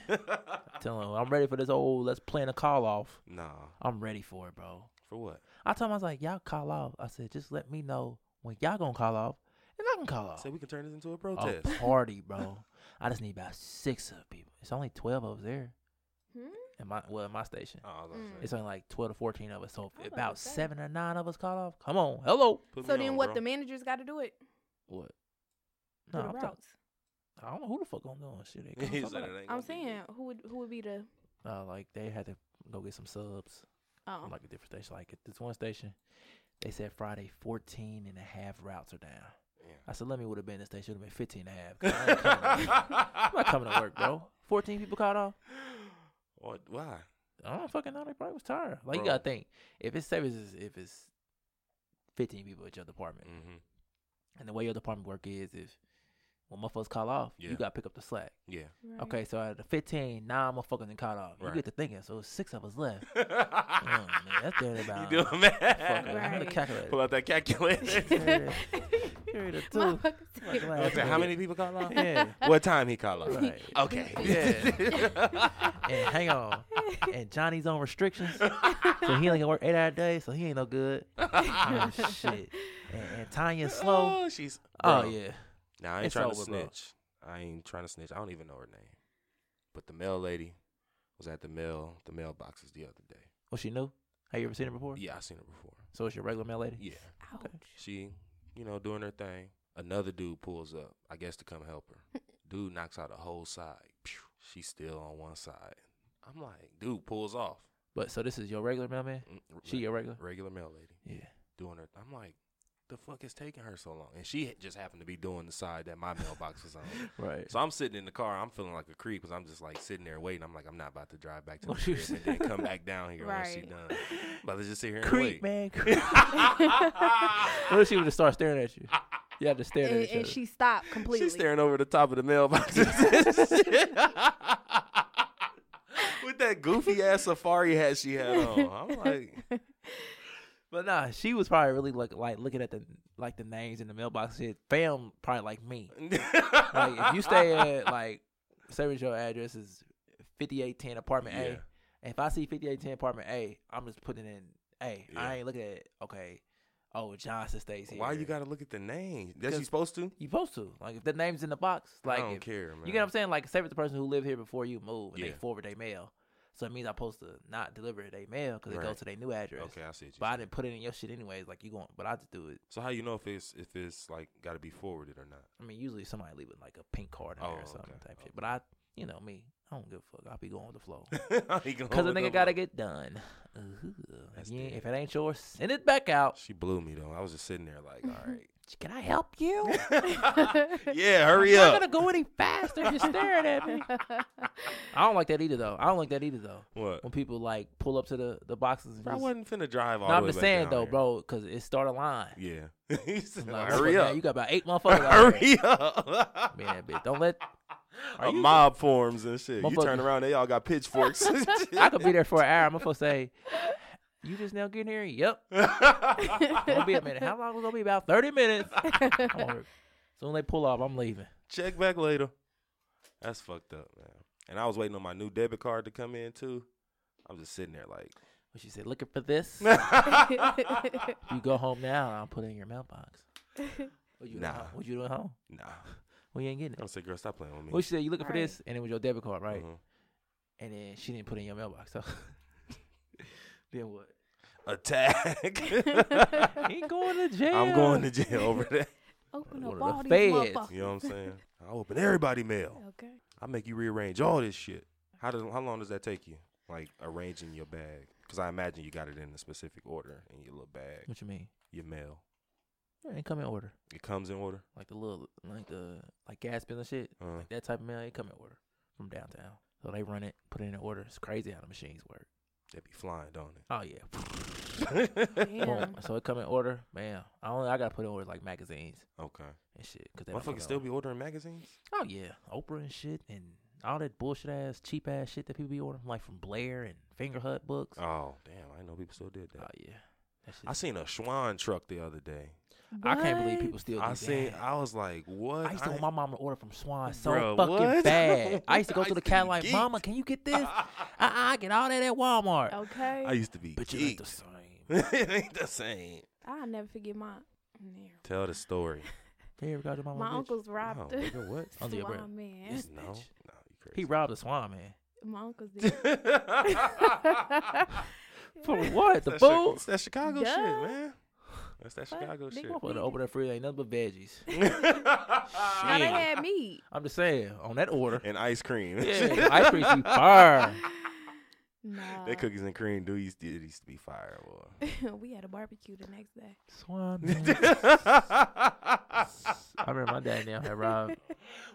Tell him I'm ready for this old. Let's plan a call off.
<laughs> Nah.
I'm ready for it, bro.
For what?
I told him I was like, y'all call off. I said, just let me know when y'all gonna call off, and I can call off.
So we can turn this into a
a
protest.
party, bro. I just need about six of people. It's only twelve of us there.
<laughs> Hmm?
In my well, in my station,
Oh, I was gonna say,
it's only like twelve to fourteen of us. So
I was
if
about
about
to say.
seven or nine of us call off, come on, hello.
put
So
me
then,
on,
what
bro.
the managers got to do it?
What?
Do
No,
the
I'm talk-
routes.
I don't know who the fuck I'm doing.
<laughs>
Shit,
<laughs>
they
He
come
said it
somebody.
ain't gonna
I'm
be-
saying who would who would be the
uh, like they had to go get some subs.
oh
from Like a different station. Like at this one station, they said Friday 14 and a half routes are down.
Yeah.
I said, let me would have been this day. Should have been 15 and a half. 'cause I ain't
<laughs>
coming to- I'm not coming to work, bro. 14 people called off.
What? Why?
I don't fucking know. They probably was tired. Like you
Bro.
gotta think if it's say it's if it's fifteen people at your department,
Mm-hmm.
and the way your department work is, if when motherfuckers call off,
Yeah.
you gotta pick up the slack.
right. <laughs>
Okay, <laughs> so out of the 15, nine motherfuckers done called off.
Right.
You get to thinking, so it's six of us left.
Yeah.
Mm, man, that's there
<laughs>
about
you doing math?
fucking I'm gonna
Right.
calculate.
Pull out that calculator.
<laughs>
Period. Period of two.
Motherfucker said-
Like,
Okay, how many people call off?
<laughs> Yeah.
<laughs> What time he call
<laughs>
off?
Right.
Okay.
<laughs> Yeah. and hang on. And Johnny's on restrictions. So he only can work eight hours a day, so he ain't no good. Oh, shit. And, and Tanya's
<laughs>
slow.
Oh, she's.
Oh,
bro.
yeah.
Now I ain't
It's
trying to
over, bro.
snitch. I ain't trying to snitch. I don't even know her name. But the mail lady was at the mail the mailboxes the other day.
Well, she knew. Have you ever seen her before?
Yeah, I seen her before.
So it's your regular mail lady?
Yeah,
Ouch.
she, you know, doing her thing. Another dude pulls up, I guess, to come help
<laughs>
her. Dude knocks out the whole side. She's still on one side. I'm like, dude pulls off.
But so this is your regular mailman?
Mm, r-
She
re-
your regular?
<laughs> regular mail lady
Yeah.
doing her. I'm like, the fuck is taking her so long? And she ha- just happened to be doing the side that my mailbox
<laughs>
was on.
Right.
So I'm sitting in the car. I'm feeling like a creep because I'm just like sitting there waiting. I'm like, I'm not about to drive back to the
<laughs> What you
crib and then come back down here once she
Right.
done. But let's just sit here and wait. <laughs>
Creep, man. Creep. <laughs> what if she would just start
<laughs>
staring at you? You have to stare at
And,
each other.
and she stopped completely.
She's
<laughs>
staring over the top of the mailbox. <laughs> With that goofy ass safari hat she had on. I'm like,
But nah, she was probably really like like looking at the like the names in the mailbox. Shit, fam, probably like me. Like if
<laughs>
you stay at like, say what your address is fifty eight ten apartment
Yeah.
A. If I see fifty eight ten apartment A, I'm just putting in A.
Yeah.
I ain't looking at okay. Oh, Johnson stays here.
why you gotta look at the name? That she
Because-
supposed to?
You supposed to like if the name's in the box. Like
I don't
if-
care, man.
You get what I'm saying? Like, say if the person who lived here before you move and they
Yeah.
forward their mail. So it means I'm supposed to not deliver their mail because it
Right.
goes to their new address.
Okay, I see what you.
But I didn't put it in your shit anyways. Like you going, but I just do it.
So how you know if it's if it's like got to be forwarded or not? <laughs>
I mean, usually somebody leaving like a pink card in
Oh,
there or something
okay,
type shit. But I, you know me, I don't give a fuck. I'll be going with
<laughs>
the flow because
Because
the nigga gotta get done. Ooh,
That's
yeah, if it
dead.
ain't yours, send it back out.
She blew me though. I was just sitting there like, all right,
Can I help
<laughs>
you?
yeah, hurry
<laughs> I'm not
up.
<laughs> gonna go any faster. Just staring
<laughs>
at me. I don't like that either though. I don't like that either though.
What?
When people like pull up to the the boxes. And
Bro, I
just-
wasn't finna drive all
no,
the
I'm
way
just
back
saying
down
though,
here.
bro, because it started a line.
Yeah. <laughs> He said,
I'm
like,
like, look,
hurry
man,
up. <laughs>
You got about eight motherfuckers. out there.
hurry up. <laughs>
Man, that bitch. Don't let. Are
A
you-
Uh, mob forms and shit. You
Motherfucker-
turn around, they all got pitchforks.
<laughs>
<laughs>
I could be there for an hour. I'm gonna say, you just now getting here? Yep. gonna be a minute. How long? We're gonna be about thirty minutes.
<laughs>
I'm over- Soon they pull up, I'm leaving.
Check back later. That's fucked up, man. And I was waiting on my new debit card to come in too. I'm just sitting there
<laughs>
like,
But she said, looking for this.
<laughs>
you go home now, I'll put it in your mailbox.
<laughs>
What you doing
Nah.
home? What you doing home?
nah.
We ain't getting
I
it.
said, girl, stop playing with me.
Well, she said, you looking for
Right.
this, and it was your debit card, right?
Mhm.
And then she didn't put it in your mailbox. So <laughs> then what?
Mm-hmm.
<laughs>
Attack. <laughs>
He
<laughs>
going to jail.
I'm going to jail over that.
Open up
One of
all
the
these
feds.
motherfuckers.
You know what I'm saying? I open everybody mail.
Oh. Okay.
I make you rearrange all this shit. How does how long does that take you? Like arranging your bag? Because I imagine you got it in a specific order in your little bag,
What you mean?
your mail.
Yeah, It come in order,
It comes in order.
like the little, like the, like gas bill and shit.
Uh,
That type of mail, it come in order from downtown. So they run it, put it in order. It's crazy how the machines work.
they be flying, don't
Oh yeah,
it?
Boom.
Damn.
So it come in order, man. I only I gotta put in order like magazines
okay.
and shit. Cause they don't
<laughs>
come
Motherfuckers
in
still
order.
be ordering magazines.
Oh yeah, Oprah and shit and all that bullshit ass cheap ass shit that people be ordering, like from Blair and Finger Hut books. Oh,
Oh damn! I didn't know people still did that.
yeah, that shit.
I seen a Schwan truck the other day.
I can't believe
What?
people still. Do
I seen.
That.
I was like, what?
I used to want my mom to order from Swan so
Bruh,
fucking
what? <laughs>
bad. I used to go
I
to the
used to
cat
be
like,
geeked.
Mama, can you
<laughs>
get this? uh uh I get all that at
Oh.
Walmart.
Okay.
I used to be.
But you ain't the
geeked. <laughs>
same.
it ain't the same.
I'll never forget my. Never.
Tell the story.
They ever got your mama?
My
a bitch?
uncle's
no,
robbed
nigga,
<laughs>
what?
a
Under your breath.
swan man.
Yes.
no, no,
bitch.
you crazy. <laughs>
He robbed a
<laughs>
Swan man.
My uncle's did.
For what? The
That's Chi-
food?
It's that Chicago
Duh.
shit, man. That's that
Fuck,
Chicago
nigga,
shit. <laughs>
I'm gonna open that fridge. Ain't nothing but veggies.
Now they
Shit.
had meat.
I'm just saying on that
<laughs>
order.
and ice cream.
Yeah, ice cream should be fire.
Nah.
that cookies and cream do used to, it used to be fire.
<laughs>
Boy.
<laughs> we had a barbecue the next day.
Swan. man.
<laughs>
I remember my dad now had
<laughs>
robbed.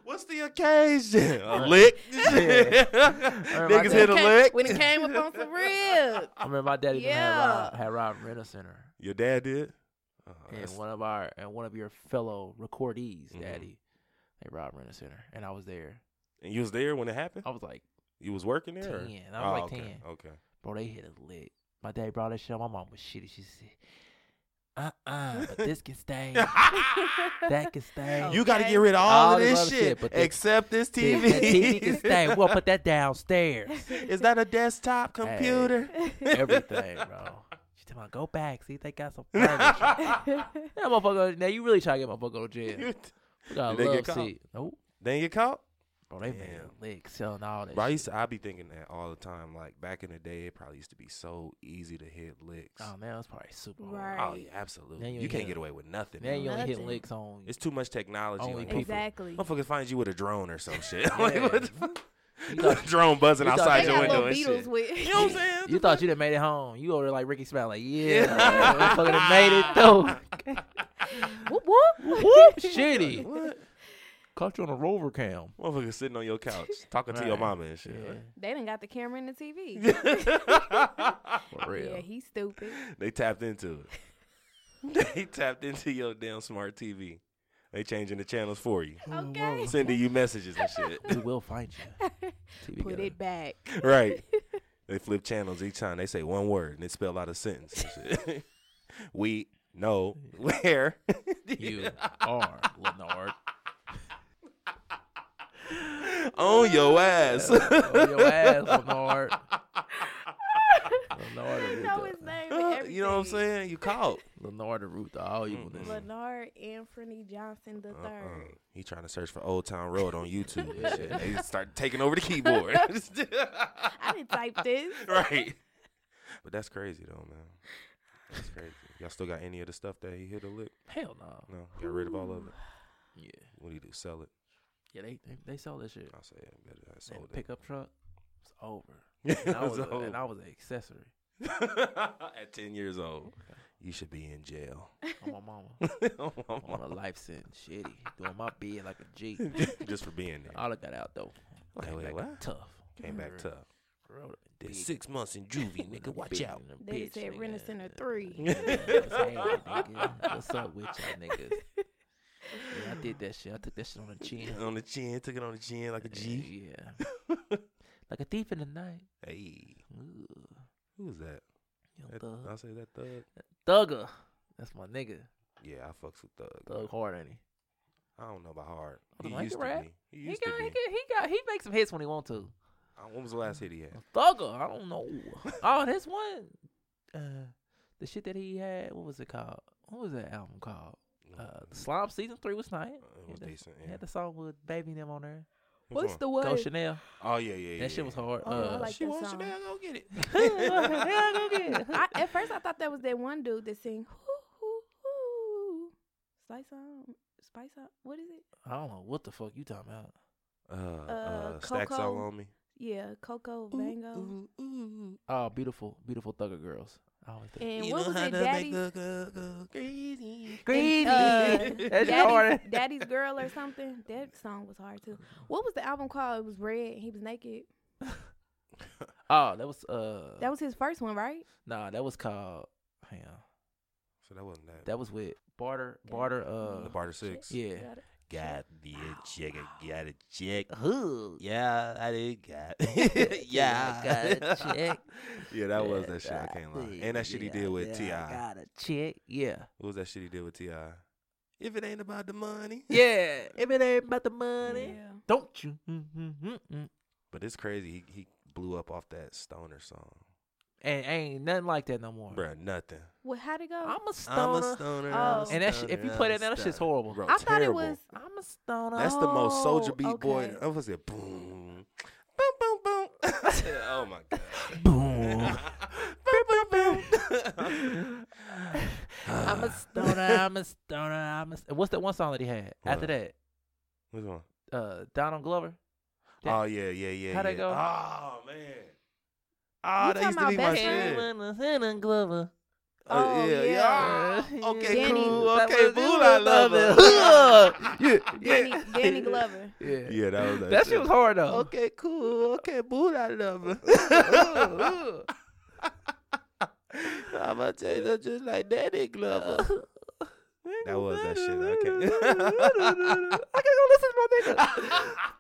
What's the occasion? A
Right. <laughs>
lick.
my
Niggas
dad-
hit a
When it came-
lick.
When it came up on some ribs.
I remember my daddy done had
Yeah.
robbed had robbed Rental Center
<laughs> Your dad did. Oh,
and
that's-
one of our and one of your fellow recordees,
Mhm.
daddy. They robbed Rental Center and I was there.
and you was there when it happened.
I was like,
You was working there. or-
10. I was
Oh,
like
okay.
10.
Okay.
bro, they hit a lick. My dad brought that shit up. My mom was shitty. She said, uh uh but this can
<laughs>
stay.
<laughs>
that can stay.
You got to
Okay.
get rid of all,
All
of
this
this
other
shit,
shit, but the-
except this
Th-
TV.
<laughs> that
<laughs>
TV can stay. We'll put that downstairs.
Is that a desktop
Hey.
computer?
<laughs>
Everything, bro. She tell me, go back. See, if they got some
<laughs>
furniture. That motherfucker. Now you really try to get motherfucker to jail.
<laughs> You-
You got
Did they
love
get caught?
seat. Nope.
then you caught.
Bro, they made
Damn.
a lick selling all that.
Bro, I
shit.
used to, I be thinking that all the time. Like back in the day, it probably used to be so easy to hit licks.
Oh man, it's probably super hard.
Right.
oh yeah,
Now
absolutely.
you
You,
ain't
can't
hit
get
a-
away with nothing.
Now you
now.
only hit
Nothing.
licks on.
it's too much technology.
Only
like,
people.
motherfuckers- <laughs>
Exactly.
Motherfuckers finds you with a drone or some shit. <laughs> Like,
<laughs> Yeah.
what the fuck? <laughs>
You thought,
drone buzzing
You thought
outside
they
your
got
window
little
and
Beatles
shit.
with.
You know
<laughs>
what I'm saying?
you thought you'd have made it home. You over there like Ricky
<laughs>
Smiley, like yeah, fucking made it though.
<laughs> whoop whoop.
<laughs>
<laughs>
Whoop, shitty. Caught you on a rover cam.
Motherfucker sitting on your couch talking to your
Right.
mama and shit.
They done got the camera and
<laughs>
the TV.
For real.
Oh, Yeah, he's stupid.
They tapped into it. <laughs> they tapped into your damn smart TV. They changing the channels for you.
Okay.
Sending you messages and
We <laughs>
shit.
will find
<laughs>
you. TV
Put
guy.
<laughs>
it back.
right. They flip channels each time. They say one word and it spell out a sentence and shit. <laughs> we know where.
You are <laughs> Lenard.
on your ass.
on your ass, Lenard. <laughs> Lenard
You
and
know
Ruta.
his name. and
<laughs>
everything.
you know what I'm saying? You caught.
Lenard and Ruta. All you
Mm-mm.
niggas.
Leonard Anthony Johnson the
Uh-uh.
third.
He trying to search for Old Town Road on YouTube. and shit. They start taking over the keyboard. <laughs>
I didn't type this.
<laughs>
right. But that's crazy though, man. That's crazy. Y'all still got any of the stuff that he hit a lick?
Hell no.
No, got rid of all of it.
Yeah.
What do you do? Sell it?
Yeah, they they, they sell that shit.
I say yeah, better than I
That
sold it.
pickup truck. It's <laughs> over.
It
And
<laughs>
I was,
was
a-
old.
and I was an accessory.
<laughs> At ten years old, you should be in jail. <laughs>
On my mama. <laughs> On my life sentence. Shitty. Doing my bid like a <laughs> G.
Just for being
<laughs>
there.
All of that out though.
Like,
Came
wait,
back
what?
tough.
Came back tough.
Real
Did
big.
six months in
<laughs>
juvie, nigga. Watch out.
They said Renison a three.
What's up with y'all
<laughs>
niggas? Yeah, I did that shit. I took that shit on the chin.
On the chin, took it on the chin like a G.
Yeah. <laughs> like a thief in the night.
Hey,
Ooh,
who was that?
young
that
thug.
I say that thug.
Thugger. That's my nigga.
Yeah, I fucks with thug.
Thug hard, ain't he?
I don't know about hard.
I
He
don't like
used
the
to
rap.
be. He
He
used
got,
to
he
be.
got, he got, he makes some hits when he want to.
Uh, When was the last hit he had?
Thugger, I don't know. oh, this one, uh, the shit that he had. What was it called? What was that album called? Uh, Slime Season Three was nice.
Uh, it
Yeah,
was
that's-
decent.
He
Yeah.
had the song with Baby and them on there.
What's
one?
the
Go
word?
Chanel.
Oh yeah, yeah, yeah.
That shit was hard.
Oh, I
Uh,
like
she
that
wants
song.
Chanel, go
<laughs>
get it.
I, at first, I thought that was that one dude that sing hoo hoo hoo. Slice on, spice on. What is it?
<laughs> I don't know what the fuck you talking about.
Uh, uh, stacks
Coco.
all on me.
Yeah, Coco Vango.
Oh, beautiful, beautiful thugger girls. I always think.
And what was it, Daddy?
girl go crazy.
<laughs>
Greedy.
uh,
That's <laughs>
Daddy's,
hard.
Daddy's Girl or something. That song was hard too. What was the album called? It was Red and he was naked.
Oh, that was uh.
That was his first one, right?
nah, that was called. Hang on.
So that wasn't that.
That was with Barter. Barter.
<laughs>
Uh.
the Barter Six.
Yeah.
Got it.
Got the check, I got a check.
Who?
Yeah, I did got.
<laughs> Yeah, I
<laughs>
got a <laughs> check.
Yeah, that was that shit. I can't lie. And that shit he did with Ti.
got a chick. Yeah.
What was that shit he did with Ti? If it ain't about the money.
Yeah. If it ain't about the money,
Yeah.
don't you? Mm-hmm.
But it's crazy. He he blew up off that stoner song.
And ain't nothing like that no more.
Bruh, nothing.
Well, how'd it go?
I'm a stoner.
stoner.
Oh.
and that shit, if you play that now, that shit's horrible.
Bro,
I thought it
terrible.
was.
I'm a stoner.
That's the most soldier
Oh,
beat boy.
okay.
I was like, boom, boom, boom, boom. <laughs> I said, oh my god.
boom.
boom, boom, boom. <laughs>
I'm a stoner. I'm a stoner. I'm a. What's that one song that he had after
What?
that?
Which one?
Uh, Donald Glover. That-
Oh yeah, yeah, yeah.
How'd
yeah.
it go?
Oh man. Oh, that
talking
used to
about
be my
Best Friend?
shit.
Donald Glover.
Uh,
Oh,
yeah,
yeah.
yeah. Ah, <laughs> Okay,
Danny-
cool.
That
Okay,
was-
boo,
you
I love
love
it. yeah,
Danny,
yeah.
Danny Glover.
<laughs> Yeah.
<laughs> Yeah, that was that,
That shit was hard though.
Okay, cool. Okay, boo, I <laughs> love it.
Ugh, ugh.
<laughs> I'm gonna tell you that just like Danny Glover. That was that shit. <laughs> I
<laughs>
can't.
I <laughs> gotta go listen to my nigga.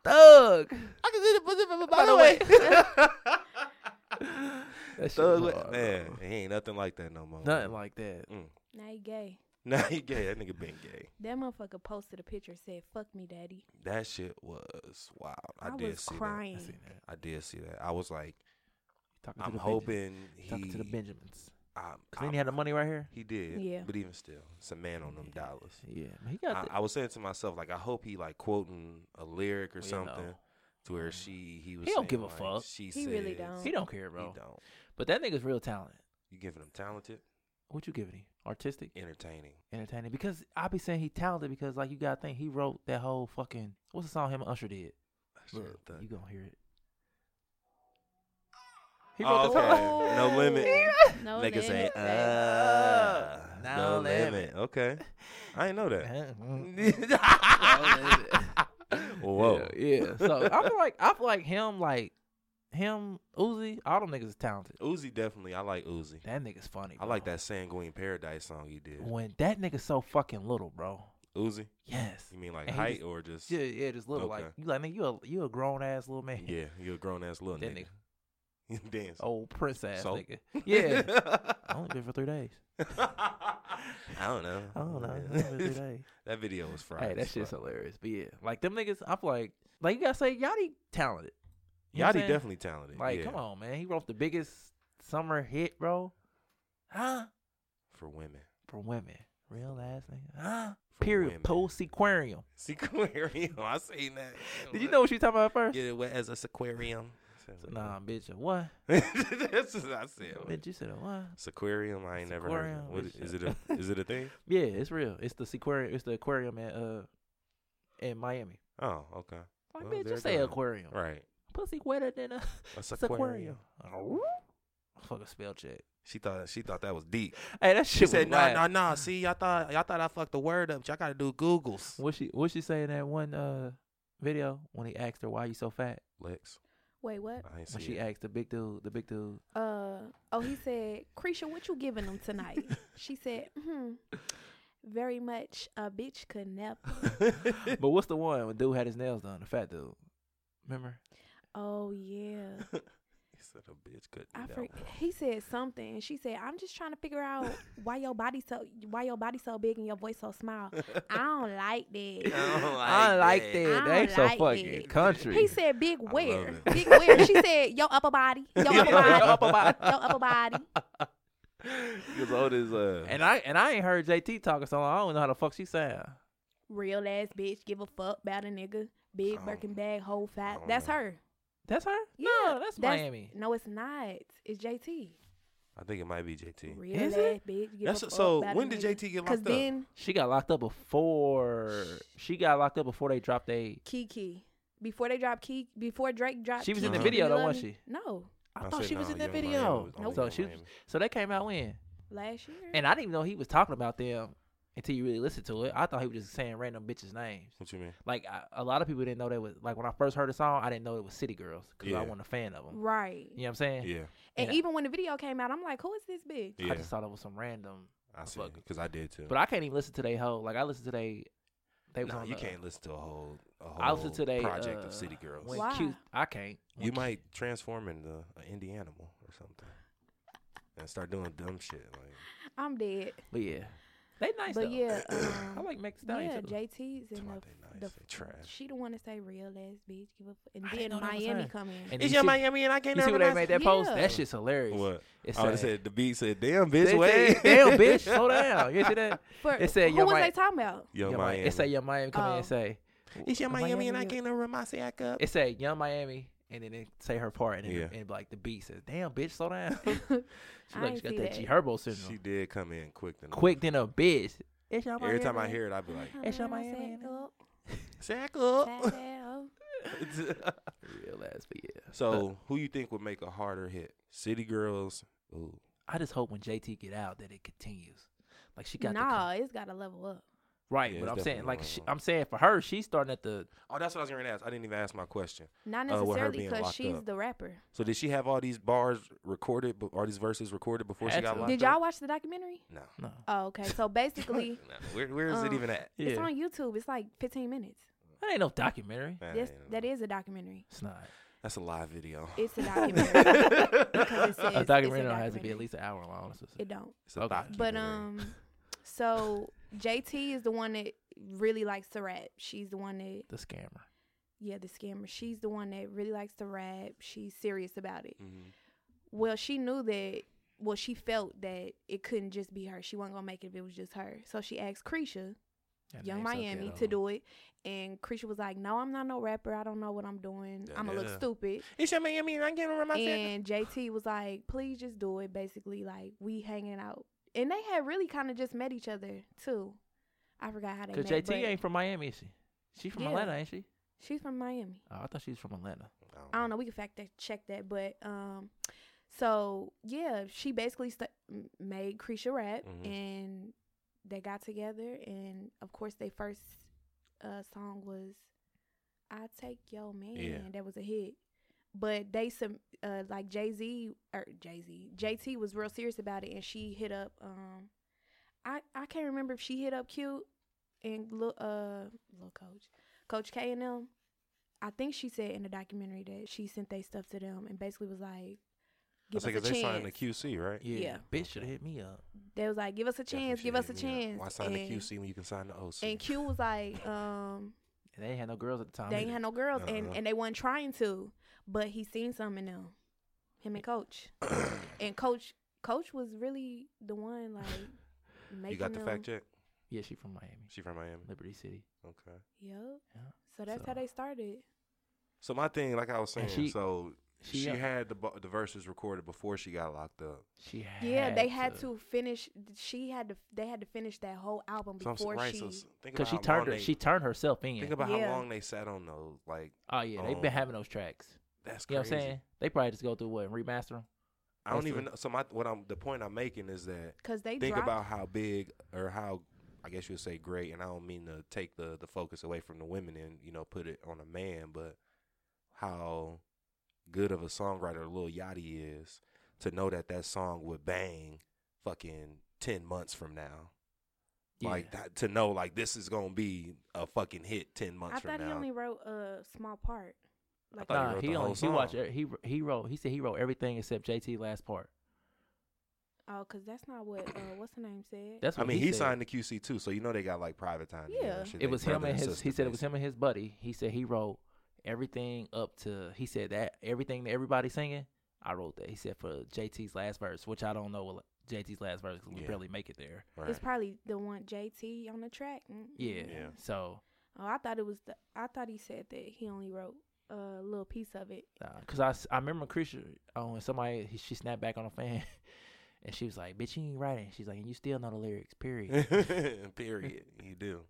Thug.
I can see the pussy from a
By the way. <laughs> That shit was
Thug,
hard,
man,
bro.
he ain't nothing like that no more.
Nothing like that.
Now he gay.
Nah, <laughs> he gay. That nigga been gay.
That motherfucker posted a picture said, "Fuck me, daddy."
That shit was wild. I,
I,
did
was
see
I
crying.
seen that.
that. I did see that. I was like,
Talking
I'm
to the Benjamins.
hoping he.
Talking to the Benjamins.
I'm-
Cause then
I'm-
he had the money right here.
He did.
Yeah.
But even still, it's a man on them dollars.
Yeah, man, he got
I,
the,
I was saying to myself, like, I hope he like quoting a lyric or
You
something
know.
to where she he was.
He don't
saying,
give a
like,
fuck.
She
He really
says-
don't.
he don't care,
He
bro.
don't.
But that nigga's real talent.
You giving him talented,
What you giving him? Artistic,
entertaining.
entertaining. Because I be saying he talented because like you gotta think he wrote that whole fucking what's the song him and Usher did.
Shit,
Look,
that-
you gonna hear it. He
Oh,
wrote the song.
okay. No
<laughs>
limit.
No
Nigga <laughs> say,
limit.
uh,
no
no
limit.
limit. Okay. I ain't know
<laughs>
that. <laughs> Whoa.
Whoa. Yeah, yeah. So
<laughs>
I feel like I feel like him, like him, Uzi, all them niggas is talented.
Uzi definitely. I like Uzi.
That nigga's funny.
I
bro.
like that Sanguine Paradise song he did.
When that nigga's so fucking little, bro.
Uzi?
Yes.
You mean like
And he
height
just-
or just?
Yeah, yeah, just little. Like
Okay.
you, like nigga, you a you a grown ass little man.
Yeah, you a grown ass little
That
nigga. <laughs> You Dance.
Old prince ass
So? <laughs>
nigga. Yeah. I only been for three days.
I don't know.
I don't know. I only
<laughs>
been three days.
that video was fried.
Hey, that
as
shit's
fuck.
hilarious. But yeah, like them niggas, I'm like, like you gotta say Yachty talented. You
Yachty
know what I'm saying?
definitely talented.
Like,
yeah,
come on, man. He wrote the biggest summer hit, bro. Huh?
for women.
For women. Real last name. Huh?
For
Period.
women. <laughs>
Post aquarium.
It's aquarium. I seen that.
Did you know what she was talking about first?
Get it wet as a aquarium.
<laughs> So, nah, bitch. a What?
<laughs> That's what I said.
Bitch, you said a what?
It's aquarium. I ain't never heard.
Aquarium,
Of. What
bitch,
is it?
shut
A, is it a
<laughs>
thing?
Yeah, it's real. It's the aquarium. It's the aquarium at uh in Miami.
Oh, okay.
Like,
Well,
bitch,
there
you
it
say
go.
aquarium.
Right.
Pussy wetter than a
That's
aquarium.
aquarium.
Fuck a spell check.
She thought she thought that was deep.
Hey, that
She
shit
said,
was
"Nah,
wild.
nah, nah. See, y'all thought y'all thought I fucked the word up. Y'all got to do Googles."
What she what she say in that one uh video when he asked her why you so fat?
Lex,
Wait, what?
I ain't
When
see
she
it.
asked the big dude, the big dude.
Uh oh, he said, Creisha, what you giving them tonight? she said, hmm, very much a bitch could never.
<laughs>
but what's the one when dude had his nails done? The fat dude. Remember?
Oh yeah,
He said a bitch couldn't.
I
do that
freak.
one."
He said something, and she said, I'm just trying to
<laughs>
figure out why your body so why your body so big and your voice so small.
<laughs>
I don't like that.
I don't
I don't like
<laughs> that.
that.
I
They
don't
so
like
fucking
it.
country.
He said, big where,
it.
big where. She said, your upper body, your upper body,
<laughs> Yo, upper body.
your upper body.
Because all this, uh,
and I and I ain't heard JT talking so long. I don't know how the fuck she sound.
Real ass bitch, give a fuck about a nigga. Big
Oh.
I
Birkin bag, whole fat.
don't
That's
know.
her.
That's her?
Yeah,
no, that's, Miami.
No, it's not. It's JT.
I think it might be JT.
Real
Is
ass
it?
bitch. Give
That's
a fuck
so.
about a
When did
nigga.
JT get
Cause
locked up?
then
She got locked up before she got locked up before they dropped a
Kiki, before they dropped Kiki, before Drake dropped,
She was in
the
Kiki,
video,
You
though,
Love
wasn't
Me?
she?
No,
I
I
thought
said,
she was
nah,
in that
Young Miami
video.
was only
So
Young
she was,
Miami.
so they came out when?
last year.
And I didn't even know he was talking about them until you really listened to it. I thought he was just saying random bitches' names.
What you mean?
Like I, a lot of people didn't know that was like when I first heard the song, I didn't know it was City Girls because I
Yeah.
wasn't a fan of them.
right.
You know what I'm saying?
Yeah,
And
Yeah.
even when the video came out, I'm like, who is this bitch?
yeah.
I just thought it was some random.
I see.
fuck.
Because I did too.
But I can't even listen to they whole. Like I listened to they. They was
Nah,
on
you
the-
can't listen to a whole, a whole
I listened to they
project
uh,
of City Girls.
When
Why?
Q, I can't.
you might transform into an indie animal or something, and start doing dumb shit. Like
I'm dead.
But yeah, they nice.
but
though.
yeah,
<coughs> I
um,
like Meg Thee Stallion
yeah,
too.
JT's in
why
the.
they
the
nice. They trash.
she the one to say real ass bitch, give a fuck. And
I didn't
then
know that was
Miami
her.
come in.
And
It's
you
your
see,
Miami, and I can't
You see where they made that post?
Yeah.
That shit's hilarious.
What?
It's
Oh,
sad.
they said the beat said, "Damn bitch,
They
wait, <laughs>
said, <laughs> Damn, bitch, slow down. You see that?
For,
It said
who
your
was
right-
they talking about?
Yo,
Young
Miami.
It say Young Miami come in
Oh.
and say,
It's your Miami, and I
Miami.
can't remember my sack up.
it say Young Miami, and then it say her part, and, then
Yeah.
and like the beat says, "Damn, bitch, slow down." <laughs> she
I
like
ain't
she got
see
that
that.
G Herbo syndrome.
She did come in quick. Than
Quick than a bitch. It's Young
Every
Miami.
time I hear it, I be
<laughs>
like,
It's your
Miami
Miami, Oh.
said,
ain't it?
"Oh,
sack up.
fat ass."
<laughs> real ass, but yeah.
<laughs> so, who you think would make a harder hit? City Girls. Ooh.
I just hope when JT get out that it continues. Like she got the con-
Nah, it's gotta level up.
right,
Yeah,
but
it's
I'm saying
definitely
like
one of
she,
them.
I'm saying for her, she's starting at the
Oh, that's what I was gonna ask. I didn't even ask my question.
Not
Uh, with her
necessarily
being
because
locked
she's
up.
the rapper.
So, did she have all these bars recorded? be- All these verses recorded before she
Had
got
to.
locked
Did y'all
up?
watch the documentary?
No.
no.
Oh, okay.
<laughs>
So basically,
no. Where, where is it
Um,
even at?
Yeah,
it's on YouTube. It's like 15 minutes.
that ain't no documentary.
Nah,
Yes,
ain't no-
that is a documentary.
It's not.
That's a live <laughs> video.
It's a documentary. because it says
a
it's
documentary has to be at
documentary.
least an hour long. That's what it
It don't.
It's a
Okay.
documentary.
But um, so JT is the one that really likes to rap. She's the one that
says. the scammer.
yeah, the scammer. She's the one that really likes to rap. She's serious about it.
Mhm.
Well, she knew that. Well, she felt that it couldn't just be her. She wasn't gonna make it if it was just her. So she asked Creisha,
That
Young
name's so
Miami,
ghetto.
to do it. And Creisha was like, "No, I'm not no rapper. I don't know what I'm doing. I'm gonna look
Yeah.
stupid."
it's your Miami, and I can't remember my sack
and JT was like, "Please just do it." Basically, like we hanging out, and they had really kind of just met each other too. I forgot how they
Cause
met.
JT
but
ain't from Miami, is she? She from
Yeah.
Atlanta, ain't she?
She's from Miami.
Oh, I thought she was from Atlanta.
up.
I don't know. We can fact that, check that, but um, So yeah, she basically st- m- made Creesha rap,
Mhm.
and they got together, and of course, their first uh, song was "I Take Yo Man." That was a hit. But they some uh, like er, Jay Z or Jay Z JT was real serious about it, and she hit up. Um, I I can't remember if she hit up Cute and Lil uh Lil Coach Coach K and them. I think she said in the documentary that she sent they stuff to them and basically was like,
I
"Give us
think
a
they signed the
chance."
QC, right?
Yeah,
Yeah.
bitch should have hit me up.
They was like, "Give us a chance. Give us a chance."
Why sign the
And-
QC when you can sign the OC?
And Q was like, <laughs> um,
And they ain't had no girls at the time.
they ain't
either.
had no girls, and,
Uh-uh.
and they wasn't trying to, but he seen something in them, him
<coughs>
and Coach, and Coach Coach was really the one like making
you got the
them.
fact check?
yeah, she from Miami,
She from Miami.
Liberty City.
Okay.
Yep.
Yeah.
So that's
So-
how they started.
So my thing, like I was saying,
And she-
so she,
uh,
had the bu- the verses recorded before she got locked up.
she had
Yeah, they had to. finish. She had to. They had to finish that whole album
So I'm s-
before
right,
she.
so s- think about
because she
how
turned
long
her,
they-
she turned herself
think
in.
about
Yeah.
how long they sat on those. Like
Oh yeah, they've been
um,
having those tracks.
that's
You know what
crazy.
I'm saying? They probably just go through what and remaster them.
I don't
That's
even
true.
know. So my what I'm the point I'm making is that
Cause they
think
dropped,
about how big or how I guess you would say great, and I don't mean to take the the focus away from the women and you know put it on a man, but how good of a songwriter Lil Yachty is to know that that song would bang fucking ten months from now.
Yeah.
Like that, to know like this is gonna be a fucking hit ten months
I
from
thought he
now.
only wrote a small part. Like
thought he
nah,
wrote
he,
the whole
only he watched
song.
e- he he wrote he said he wrote everything except JT last part.
oh, cause that's not what. Uh, what's the name said?
That's
I
what
mean, he,
said.
signed the QC too, so you know they got like private time. together and
Yeah.
shit,
It
they
was him
brother
and his.
sister,
he said it was
basically.
him and his buddy. He said he wrote everything up to. He said that everything that everybody singing, I wrote that. He said for JT's last verse, which I don't know what JT's last verse. 'cause We
Yeah.
barely make it there.
Right.
It's probably the one JT on the track. Mm-mm.
Yeah.
Yeah.
So,
Oh, I thought it was the. I thought he said that he only wrote a little piece of it.
because uh, I, s- I remember Krisha, oh, and somebody he, she snapped back on a fan, <laughs> and she was like, "Bitch, you ain't writing." She's like, "And you still know the lyrics." Period.
<laughs> Period. You do.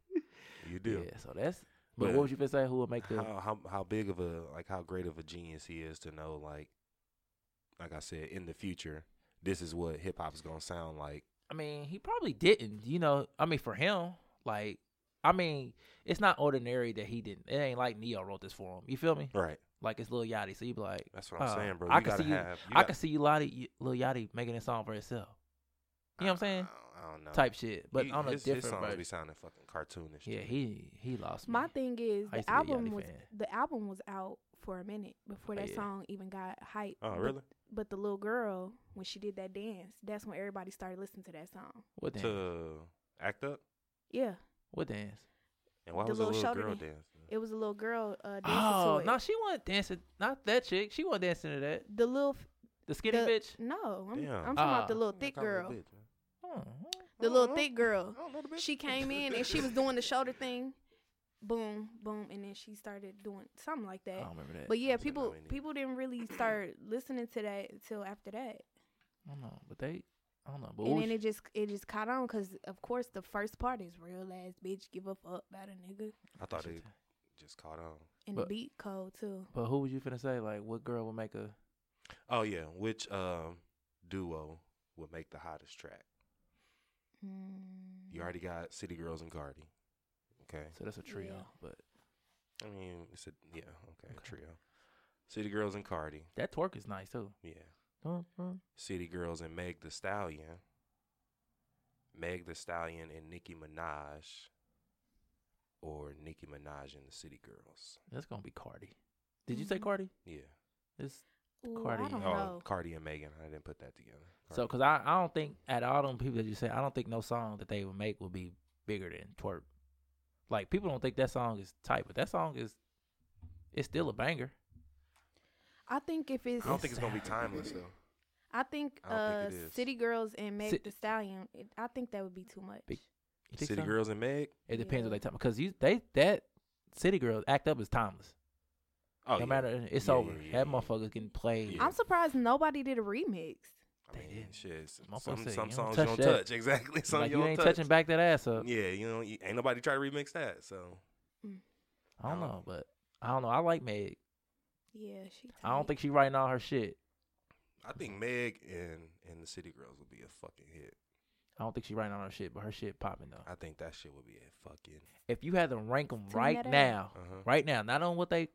You do.
yeah. So that's. But
Yeah.
what would you finna say? Who would make the?
how, how how big of a like how great of a genius he is to know like like I said in the future this is what hip hop's gonna sound like.
I mean, he probably didn't. You know, I mean, for him, like, I mean, it's not ordinary that he didn't. It ain't like Neo wrote this for him. You feel me?
Right.
Like it's Lil Yachty, so you be like,
That's what I'm
uh,
saying, bro.
I
You
can
gotta
see you.
have. You
I
got-
can see you, Lottie, Lil Yachty making a song for himself. You know what I'm saying?
I don't, I don't know.
Type shit, but
He-
on a
his, his
different
songs
version.
be sounding fucking cartoonish. to
Yeah,
me.
he he lost me.
My thing is
I used
the
to be a Yachty
album was
fan.
the album was out for a minute before
Oh,
that
yeah.
song even got hype.
Oh
But-
really?
But the little girl, when she did that dance, that's when everybody started listening to that song.
What dance?
To act up.
Yeah,
What dance?
And why
The
was a
little
little
shoulder
girl
dan-
dancing?
it was a little girl uh, dancing
Oh
to it.
no, she wasn't dancing. Not that chick. She wasn't dancing to that.
the little f-
The skinny
the- <laughs>
bitch.
no, I'm, I'm
Damn.
talking about the
Ah.
little
Man,
thick
call me a
girl,
bitch, man.
Hmm.
the
I
little
don't
thick
know.
girl.
I don't know the bitch.
She came in and she was doing the shoulder thing, boom, boom, and then she started doing something like
I
that.
don't remember Oh, that.
But yeah,
That's what I
people
mean.
people didn't really start listening to that until after that,
I don't know. But they. I don't know. But what
and
was
then it just it just caught on because of course the first part is real ass bitch give a fuck about a nigga
I thought
she-
it just caught on.
and
But-
the beat cold too.
But who was you finna say? Like, what girl would make a?
Oh yeah, which um duo would make the hottest track?
Mm.
You already got City Girls and Cardi. Okay.
So that's a trio.
Yeah.
But
I mean, it's a yeah, okay,
Okay.
trio. City Girls and Cardi.
that twerk is nice too.
Yeah.
Dun, dun.
City Girls and Meg the Stallion. Meg the Stallion and Nicki Minaj. Or Nicki Minaj and the City Girls.
That's gonna be Cardi. Did you say
Mhm.
Cardi?
Yeah.
It's
Ooh,
Cardi.
I don't
oh,
know.
Cardi and Megan. I didn't put that together.
so because I, I don't think at all them people that you say I don't think no song that they would make would be bigger than twerk. Like people don't think that song is tight, but that song is it's still a banger.
I think if it's
I don't think it's gonna be timeless though.
I think
I don't
uh
think it is.
City Girls and Meg
Ci-
the Stallion. It, I think that would be too much.
Big- You think
City
so?
Girls and Meg.
It depends
Yeah.
what they talk because you they that city girl act up is timeless.
Oh,
no
yeah.
matter it's
Yeah,
over.
yeah, yeah,
that
yeah.
motherfucker's getting played.
Yeah.
I'm surprised nobody did a remix.
I
They
mean,
didn't.
shit. s-
My folks
Some,
say,
some
"You don't
songs
touch
you don't
that."
touch. <laughs> Exactly. Some
Like
you
you
don't
ain't
touch.
touching back that ass up.
Yeah, you know, ain't nobody try to remix that. So
I don't
No.
know, but I don't know. I like Meg.
Yeah, she.
I don't
tight.
think she writing all her shit.
I think Meg and and the City Girls would be a fucking hit.
I don't think she writing on her shit, but her shit popping though.
I think that shit would be a fucking.
If you had to rank them
Send
right
that out.
now,
Uh-huh.
right now, not on what they,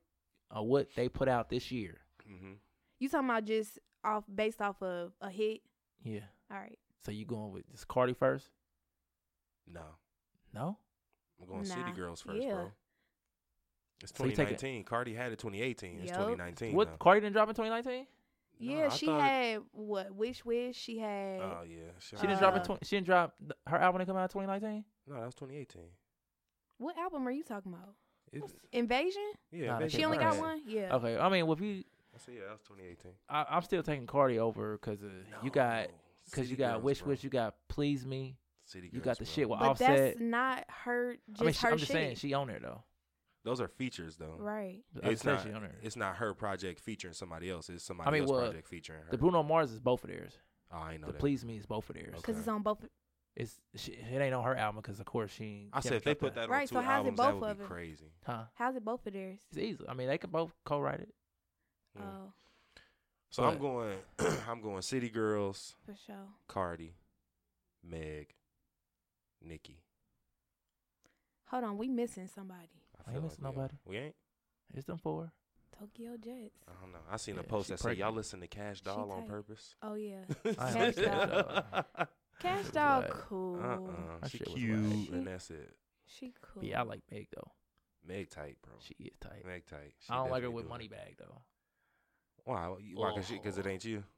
uh, what they put out this year.
Mm-hmm.
You talking about just off based off of a hit?
Yeah.
All right.
So you going with this Cardi first?
No,
No.
I'm going City
Nah,
Girls first,
yeah.
bro. It's
So you take it-
2019. Cardi had it 2018. It's
Yup.
2019.
What
now.
Cardi didn't drop in 2019?
Nah,
yeah,
I
she
thought-
had what? Wish, wish. She had.
Oh yeah, she,
She didn't drop in
Uh,
20, She didn't drop th- her album didn't come out in 2019.
No, that was 2018.
what album are you talking about?
It,
Invasion.
yeah,
Nah, that
that
shit
She only got
Invasion.
one. Yeah.
Okay. I mean, well, if you,
I see. Yeah, that was 2018.
I, I'm still taking Cardi over because uh, you got because
City
you got
Girls,
Wish
bro.
Wish, you got Please Me,
City
you
Girls,
got the
bro.
shit with
but
Offset.
that's not her. Just
I mean, she,
her
I'm just
shit.
saying she on there though.
Those are features though.
right.
I
It's
said
not.
she on there.
It's not her project featuring somebody else. It's somebody
mean,
else's
well,
project featuring her.
The Bruno Mars is both of theirs.
oh, I know
The
that.
Please Me is both of theirs.
Because
Okay.
it's on both.
It's she, it ain't on her album because of course she. ain't-
I
she
said if
haven't
they
dropped
put that on
Right,
two
so how's it
albums, that
both
would
of
be
it?
crazy.
Huh?
How's it both of theirs?
It's easy. I mean, they can both co-write it.
Mm.
Oh,
So I'm
But-
going. <clears throat> I'm going. City Girls,
for sure.
Cardi, Meg, Nicki.
Hold on, we missing somebody.
I
I ain't
feel
missing
we are.
nobody.
We ain't.
It's them four.
Tokyo Jets.
I don't know. I seen a
Yeah,
post
she
that said y'all
pregnant.
listen to Cash Doll on
tight. <laughs>
purpose.
Oh
<laughs>
yeah.
Cash Doll.
Cash
was
doll
whack.
cool.
Uh uh
That
She
shit was
cute
whack.
and that's it.
She cool.
But Uh-uh. yeah, I like Meg though.
Meg tight, bro.
She is tight.
Meg tight. She
I don't like her
definitely
with
do it.
Moneybag though.
Why? Why? Because it ain't you. <laughs>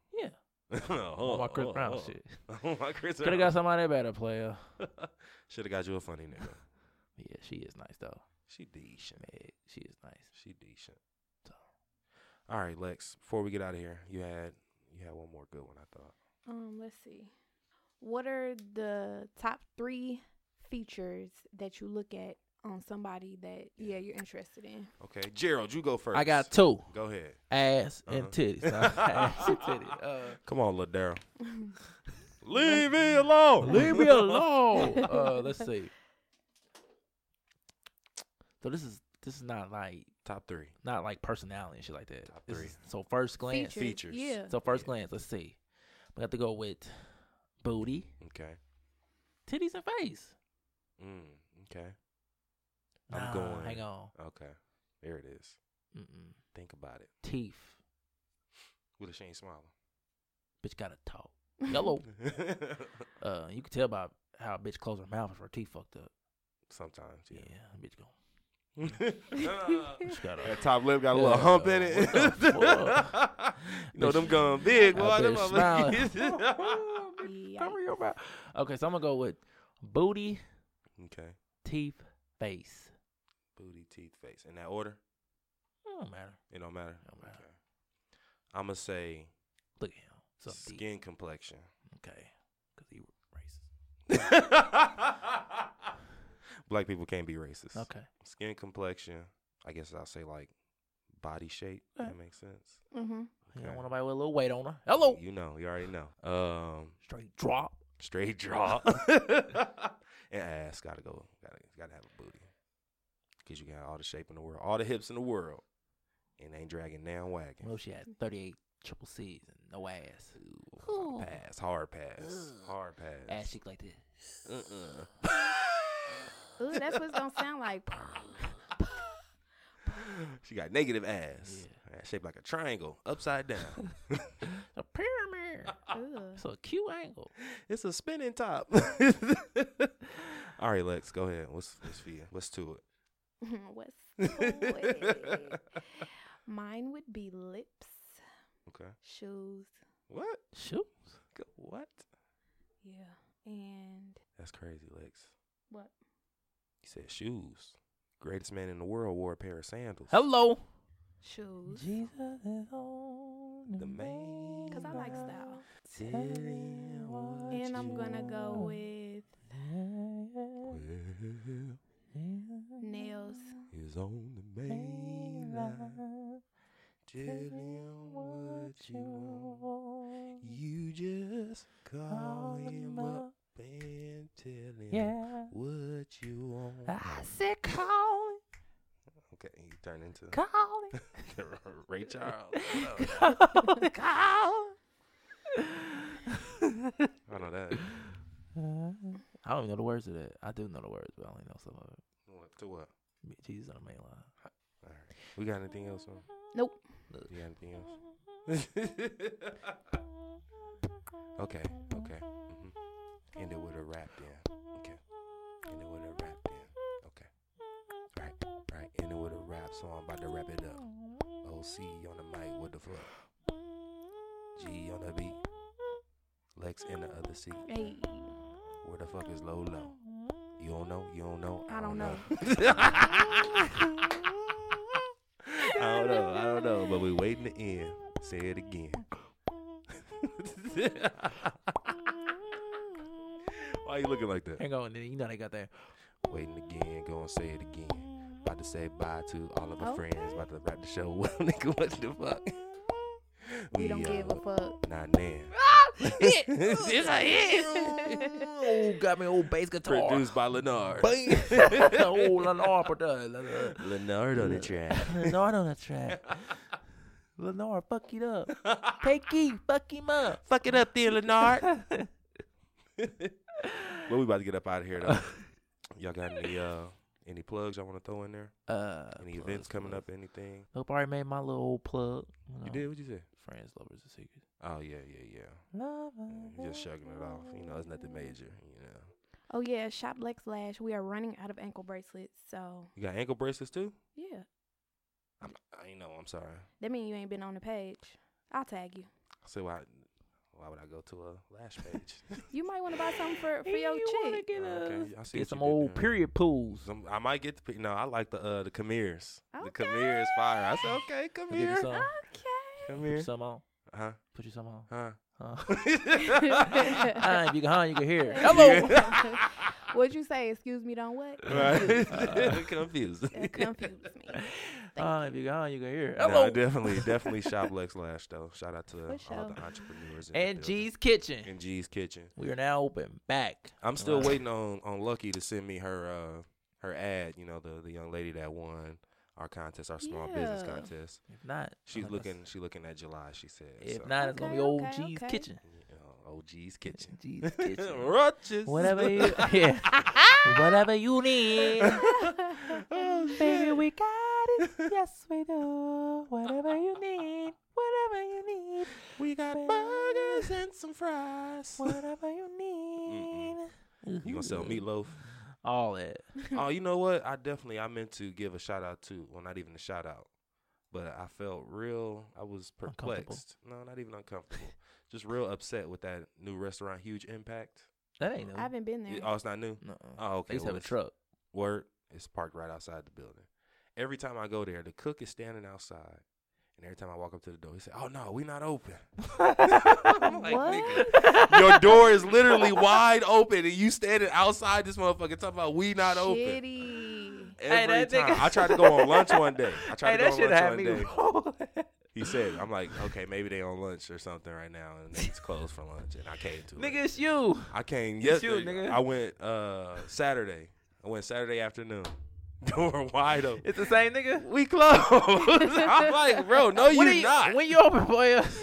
Yeah,
oh,
on my Chris
oh,
Brown
oh. <laughs>
shit.
Oh, my Chris
Could have got somebody better, player.
Should have got you a funny nigga.
Yeah, she is nice though.
She decent.
Meg, she is nice.
She decent.
So.
All right, Lex. Before we get out of here, you had you had one more good one. I thought.
Um, let's see. What are the top three features that you look at on somebody that yeah you're interested
<laughs>
in?
Okay, Gerald, you go first.
I got two
Go ahead.
ass
Uh-huh.
and
<laughs>
titties. <laughs> No, ass and titties. Uh,
Come on, little Daryl. Leave me alone.
Leave me alone. <laughs> Uh, let's see. So this is this is not like
Top three.
not like personality and shit like that.
Top
This
three.
is- so first glance.
Features,
features.
Yeah.
So first
Yeah.
glance, let's see. We have to go with booty,
Okay.
titties, and face.
Mm, okay. I'm
Nah,
going-
Hang on.
Okay. There it is.
Uh, Mm-mm.
Think about it.
Teeth.
With a Shane Smiler.
Bitch gotta talk.
<laughs>
Yellow. uh, you can tell by how a bitch close her mouth if her teeth fucked up.
<laughs> Sometimes,
Yeah,
yeah. <laughs>
bitch go.
that
Bitch gotta. <laughs>
top lip got a little
Yeah,
hump in it. <laughs>
what the
you know,
Bitch-
them gum big,
That
boy. Them
bitch
motherfuckers-
<laughs> smiling.
Yeah.
Cover your mouth. Okay, so I'm gonna go with booty,
<laughs> okay.
teeth, face.
Booty, teeth, face. In that order?
It don't matter.
It don't matter?
Don't matter.
Okay. I'm going to say
Look at him. Something deep.
skin
<laughs>
complexion.
Okay, because he racist.
Black people can't be racist.
Okay.
Skin complexion. I guess I'll say like body shape.
Yeah.
That makes sense.
Mm-hmm.
You
Okay.
don't want nobody with a little weight on her. Hello.
You know, you already know. Um,
Straight drop.
straight
<laughs>
draw. <laughs> and ass gotta go. Gotta gotta have a booty. Cause you got all the shape in the world, all the hips in the world, and ain't dragging down wagon.
Well, she had 38 triple C's and no ass.
Ooh, pass, hard pass, hard
Ass
pass.
cheek like this.
Uh-uh.
Ooh, that's what it's gonna sound like.
<laughs> She got negative ass.
Yeah.
Ass shaped like a triangle, upside down. <laughs>
A pyramid.
Ugh.
It's a cute angle.
it's a spinning top. all right, Lex, go ahead. What's what's for you? What's to
<laughs>
<laughs>
What's
it?
good? Mine would be lips,
<laughs> okay.
shoes,
What?
Shoot.
Go- What?
yeah, and
That's crazy, Lex.
what?
He said shoes. Greatest man in the world wore a pair of sandals.
Hello.
Shoes.
Jesus is on
The main.
Cause I like style.
And
And I'm gonna go with nails.
Is on the main line. Tell him what you want. You just call him up and tell him
Yeah.
what you want.
I said call it,
Okay, he turned into <laughs>
call it,
Ray Charles.
call it, call it.
I know that.
<laughs> I don't even know the words of that. I do know the words, but I only know some of it.
What- To what?
Me- Jesus on the main line.
All right. We got anything else? On?
Nope.
You got anything else? <laughs> okay. Okay. Mm-hmm. End it with a rap then. Okay. End it with a rap then. Okay. All right. All right. End it with a rap song. I'm about to wrap it up. OC on the mic. What the fuck? G on the beat. Lex in the other seat.
Hey,
Where the fuck is Lolo? You don't know? You don't know?
I don't know.
<laughs> I don't know. I don't know. But we waiting to end. Say it again. <laughs> Why you looking like that?
Hang on, you know they got that.
Waiting again. Go and say it again. About to say bye to all of our
Okay.
friends. About to wrap the show <laughs> up, nigga. What the fuck?
<laughs>
uh,
we don't give a <laughs> Ah, fuck.
Not now. <laughs>
it's a hit.
<laughs>
oh, got me old bass guitar. <laughs>
Produced by Lenard.
Bang.
<laughs>
<laughs> oh, Lenore put the
Lenard on the track.
Lenore on the <laughs> track. Lenore, fuck
<laughs>
it up. Take it, fuck him up.
Fuck it up there, Lenard.
<laughs>
But we about to get up out of here
<laughs>
though. y'all got any uh any plugs y'all want to throw in there?
Uh,
Any
plugs,
events coming
plugs.
up? Anything?
Nope, I already made my little old plug.
You
know,
did? What you say?
Friends, lovers, and secrets.
Oh yeah, yeah, yeah. Mm, Just
Mm-hmm.
shrugging it off. You know, it's nothing major. You know.
Oh yeah, shop Lex Lash. We are running out of ankle bracelets, so
You got ankle bracelets too?
yeah.
I'm, I you know. I'm sorry. I
That means you ain't been on the page. I'll tag you.
said why? Why would I go to a
<laughs>
lash page?
You might want to buy something for for
Hey,
your
you wanna
chick.
get,
Oh,
a-
okay. I see
get
what
some
you did
old
there.
period pools.
Some, I might get the pe- no. I like the uh the Khmer's. The
Okay.
Khmer's fire. I said okay, come
I'll get you
here,
some.
Okay.
come
Put you
here.
some on.
Huh?
Put you some <laughs> on.
Huh?
Huh?
<laughs>
Ah, if you can, huh, you can hear. Hello.
<laughs>
What'd you say? Excuse me, don't what?
<laughs>
right? <laughs> Uh, Confused. <laughs>
That confused me.
Ah, if you can, huh, you can hear.
No,
Hello. <laughs>
definitely, definitely shop Lex Lash though. Shout out to all
sure.
the entrepreneurs in the
And
building.
G's Kitchen.
and G's Kitchen.
We are now open back.
I'm still
Right.
waiting on on Lucky to send me her uh her ad. You know the the young lady that won our contest, our small business
Yeah.
contest.
If not,
She's
like I
looking, she looking at July. She said,
said, If
so,
not, it's gonna be
Okay,
old
okay,
G's
okay.
Kitchen.
you know, old G's Kitchen, <laughs>
G's <laughs> Kitchen.
Roaches. <laughs>
Whatever you, <laughs> yeah. Whatever you need,
Oh,
baby, we got it. Yes, we do. Whatever you need, whatever you need,
<laughs> we got burgers and some fries.
whatever you need.
You gonna sell meatloaf?
<laughs> All that.
<laughs> Hmm.
oh, you know what? I definitely I meant to give a shout out to. Well, not even a shout out, but I felt real. I was
Uncomfortable.
perplexed. No, not even uncomfortable. Just real upset with that new restaurant, Huge Impact.
That ain't
I
no.
haven't been
It-
there.
oh, it's not new.
No.
Oh, okay.
They used to
well,
have a
it's-
<laughs> truck.
Word. It's parked right outside the building. Every time I go there, the cook is standing outside. And every time I walk up to the door, he said, "Oh no, we not
<laughs>
open. I'm like,
What?
"Nigga, Your door is literally wide open, and you standing outside this motherfucker talking about we not open.
Shitty.
Hey,
Every
that
time.
nigga-
I tried to go on lunch one day.
<laughs>
I tried to
Hey, that
go on
shit
lunch
had
one
me.
day. <laughs>
rolling.
He said, I'm like, okay, maybe they on lunch or something right now and it's closed for lunch. And I came to it.
Nigga, it's you.
I came
it's you,
yesterday.
nigga.
I went uh, Saturday. I went Saturday afternoon. <laughs> Door wide open.
It's the same nigga.
We closed. <laughs> I'm like, bro, no,
When
you,
are you
not.
When you open for <laughs> us?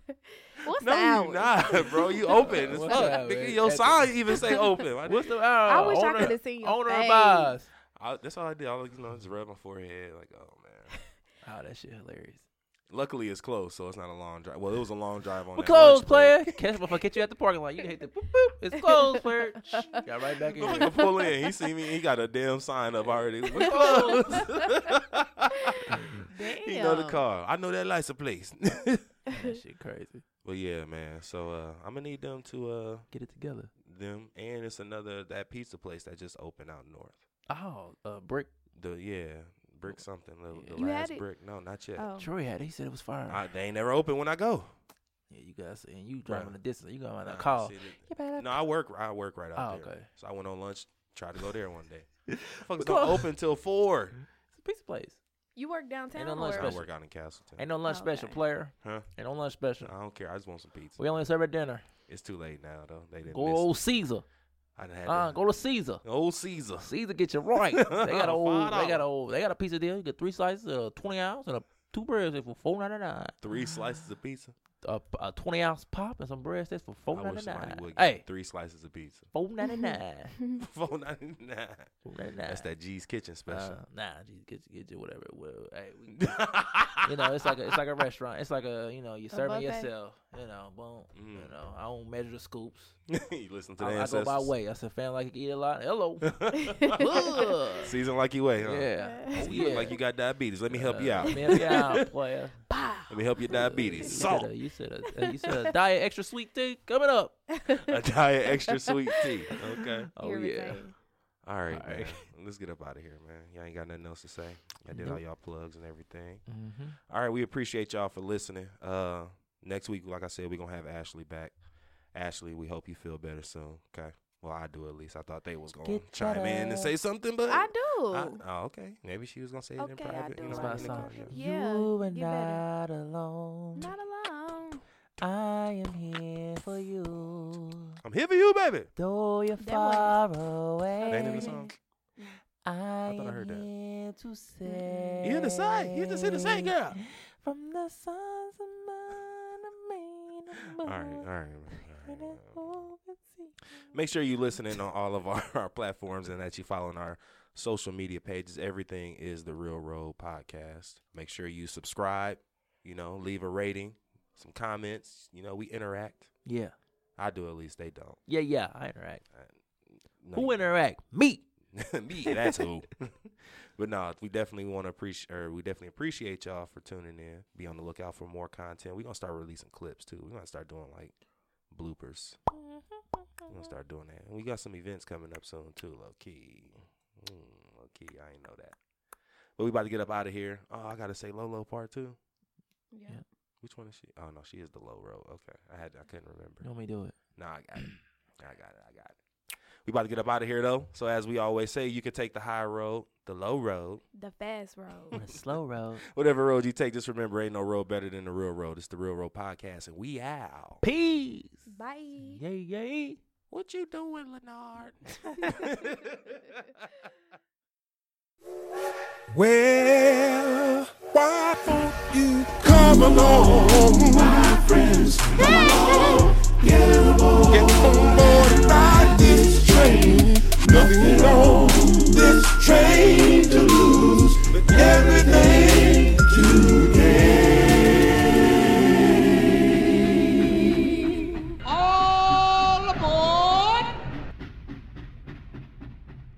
<laughs> What's the
no, you
hours?
not, bro.
<laughs>
You open. as
What's
fuck.
up,
nigga,
man?
your
That's-
sign even say open. My
What's
nigga.
the hour?
I wish I
Owner-
coulda seen your
Owner
face.
vibes.
I, that's all I did. I was, you know, just rub my forehead, like, oh, man.
Oh, that shit hilarious.
Luckily, it's closed, so it's not a long drive. Well, it was a long drive on
We
that lunch
closed,
break.
player. Catch if I catch you at the parking lot. You hit the boop boop. It's closed,
<laughs>
player. Got right back in.
Look,
here.
I pull in. He see me. He got a damn sign up already. We
Oh,
close.
Damn.
he know the car. I know that license plate. <laughs>
That shit crazy.
but yeah, man. So uh, I'm gonna need them to uh
Get it together.
them, and it's another that pizza place that just opened out north.
Oh, uh, brick.
The yeah, brick something. The, the
You had
last
it?
brick. No, not yet.
Oh.
Troy had. it. He said it was fire.
I, they ain't never open when I go.
yeah, you guys. And you driving
Bruh.
the distance. You going to
Nah,
call.
see, the-
You better-
No, I work. I work right out
Oh,
there.
<laughs> okay.
So I went on lunch. Tried to go there one day. Fuckers don't
<laughs> Because-
open till four.
It's a pizza place.
You work downtown
no lunch
or?
I
special.
work out in Castleton.
Ain't no lunch
Oh,
special,
okay.
player.
Huh?
Ain't no lunch special.
I don't care. I just want some pizza.
We only serve at dinner.
It's too late now though. They didn't.
Go
miss
to old Caesar.
I done had
Uh,
that.
go to Caesar.
old Caesar.
Caesar get you right. They
<laughs>
got a old, they
$5.
got a old, they got a pizza deal. You get three slices, uh, twenty ounce, and a two breads for four ninety nine.
Three slices of pizza.
a, a twenty ounce pop and some breadsticks for four
I
ninety
wish somebody
nine.
would get
Hey,
three slices of
<laughs>
pizza. <laughs>
four ninety nine.
Four ninety nine.
Four ninety nine.
That's that G's Kitchen
Uh,
special.
nah, just get get you whatever. Well, hey, we, you know, it's like a, it's like a restaurant. It's like a you know, you're
A
serving
buffet.
yourself. You know, boom. You
Mm.
know, I don't measure the scoops.
<laughs> you listen to
I,
the
I go
ancestors.
by weight. I said, fan like you eat a
<laughs>
lot. Hello. Ugh.
Season like you way, huh?
Yeah.
Oh,
Yeah.
you look like you got diabetes. Let me help you
Uh,
out.
let me help you out, player.
Let me help your
<laughs>
diabetes.
You said
Salt.
a- You said a, uh, you said a diet extra sweet thing coming up.
A diet extra sweet tea.
<laughs>
Okay.
Oh yeah.
<laughs> All right,
All right.
man. Let's get up out of here, man. Y'all ain't got nothing else to say. I did
Nope.
all y'all plugs and everything.
Mm-hmm.
All right, we appreciate y'all for listening. Uh, next week, like I said, we're gonna have Ashley back. Ashley, we hope you feel better soon. Okay. Well, I do at least. I thought they was gonna
Get
chime in
better.
and say something, but
I do.
I- oh, okay. Maybe she was gonna say it in
Okay, I
private.
do.
You know,
It's
That's
in
my
the
song.
car, yeah.
Yeah,
you are
you better.
not alone.
Not alone.
I am here for you.
I'm here for you, baby.
Though you're
That wasn't-
far
That ain't in
away,
the song.
I,
thought I
am
heard that.
here to say.
You hear the say? You just hear the say, girl?
From the sons of mine, I mean,
All right, all right. man, all right, all right. Make sure you listening on all of our, <laughs> our platforms and that you following our social media pages. Everything is the Real Road Podcast. Make sure you subscribe, you know, leave a rating, some comments. You know, we interact.
Yeah,
I do at least they don't.
yeah, yeah. I interact.
No,
Who
you
interact? Me.
don't. <laughs> Me, that's who. <laughs> but no, we definitely want to appreciate or we definitely appreciate y'all for tuning in. Be on the lookout for more content. We're gonna start releasing clips too. We're gonna start doing like bloopers.
Mm-hmm.
We're gonna start doing that. And we got some events coming up soon too, low key. Mm, low key, I ain't know that. But we about to get up out of here. Oh, I gotta say Lolo part two.
Yeah.
Yeah.
Which one is she? Oh no, she is the low road. Okay. I had I couldn't remember.
You want me to do it?
No, I got it. <clears throat> I got it. I got it. We about to get up out of here though. So as we always say, you can take the high road, the low road,
The fast
On
road.
a slow road.
whatever road you take. Just remember, ain't no road better than the real road. It's the real road podcast, and we out.
Peace.
Bye.
Yay, yay.
What you doing, Leonard?
Well, why don't you come along, my friends? Come along, get aboard, get on board and ride this train. Nothing on this train to lose, but everything to gain.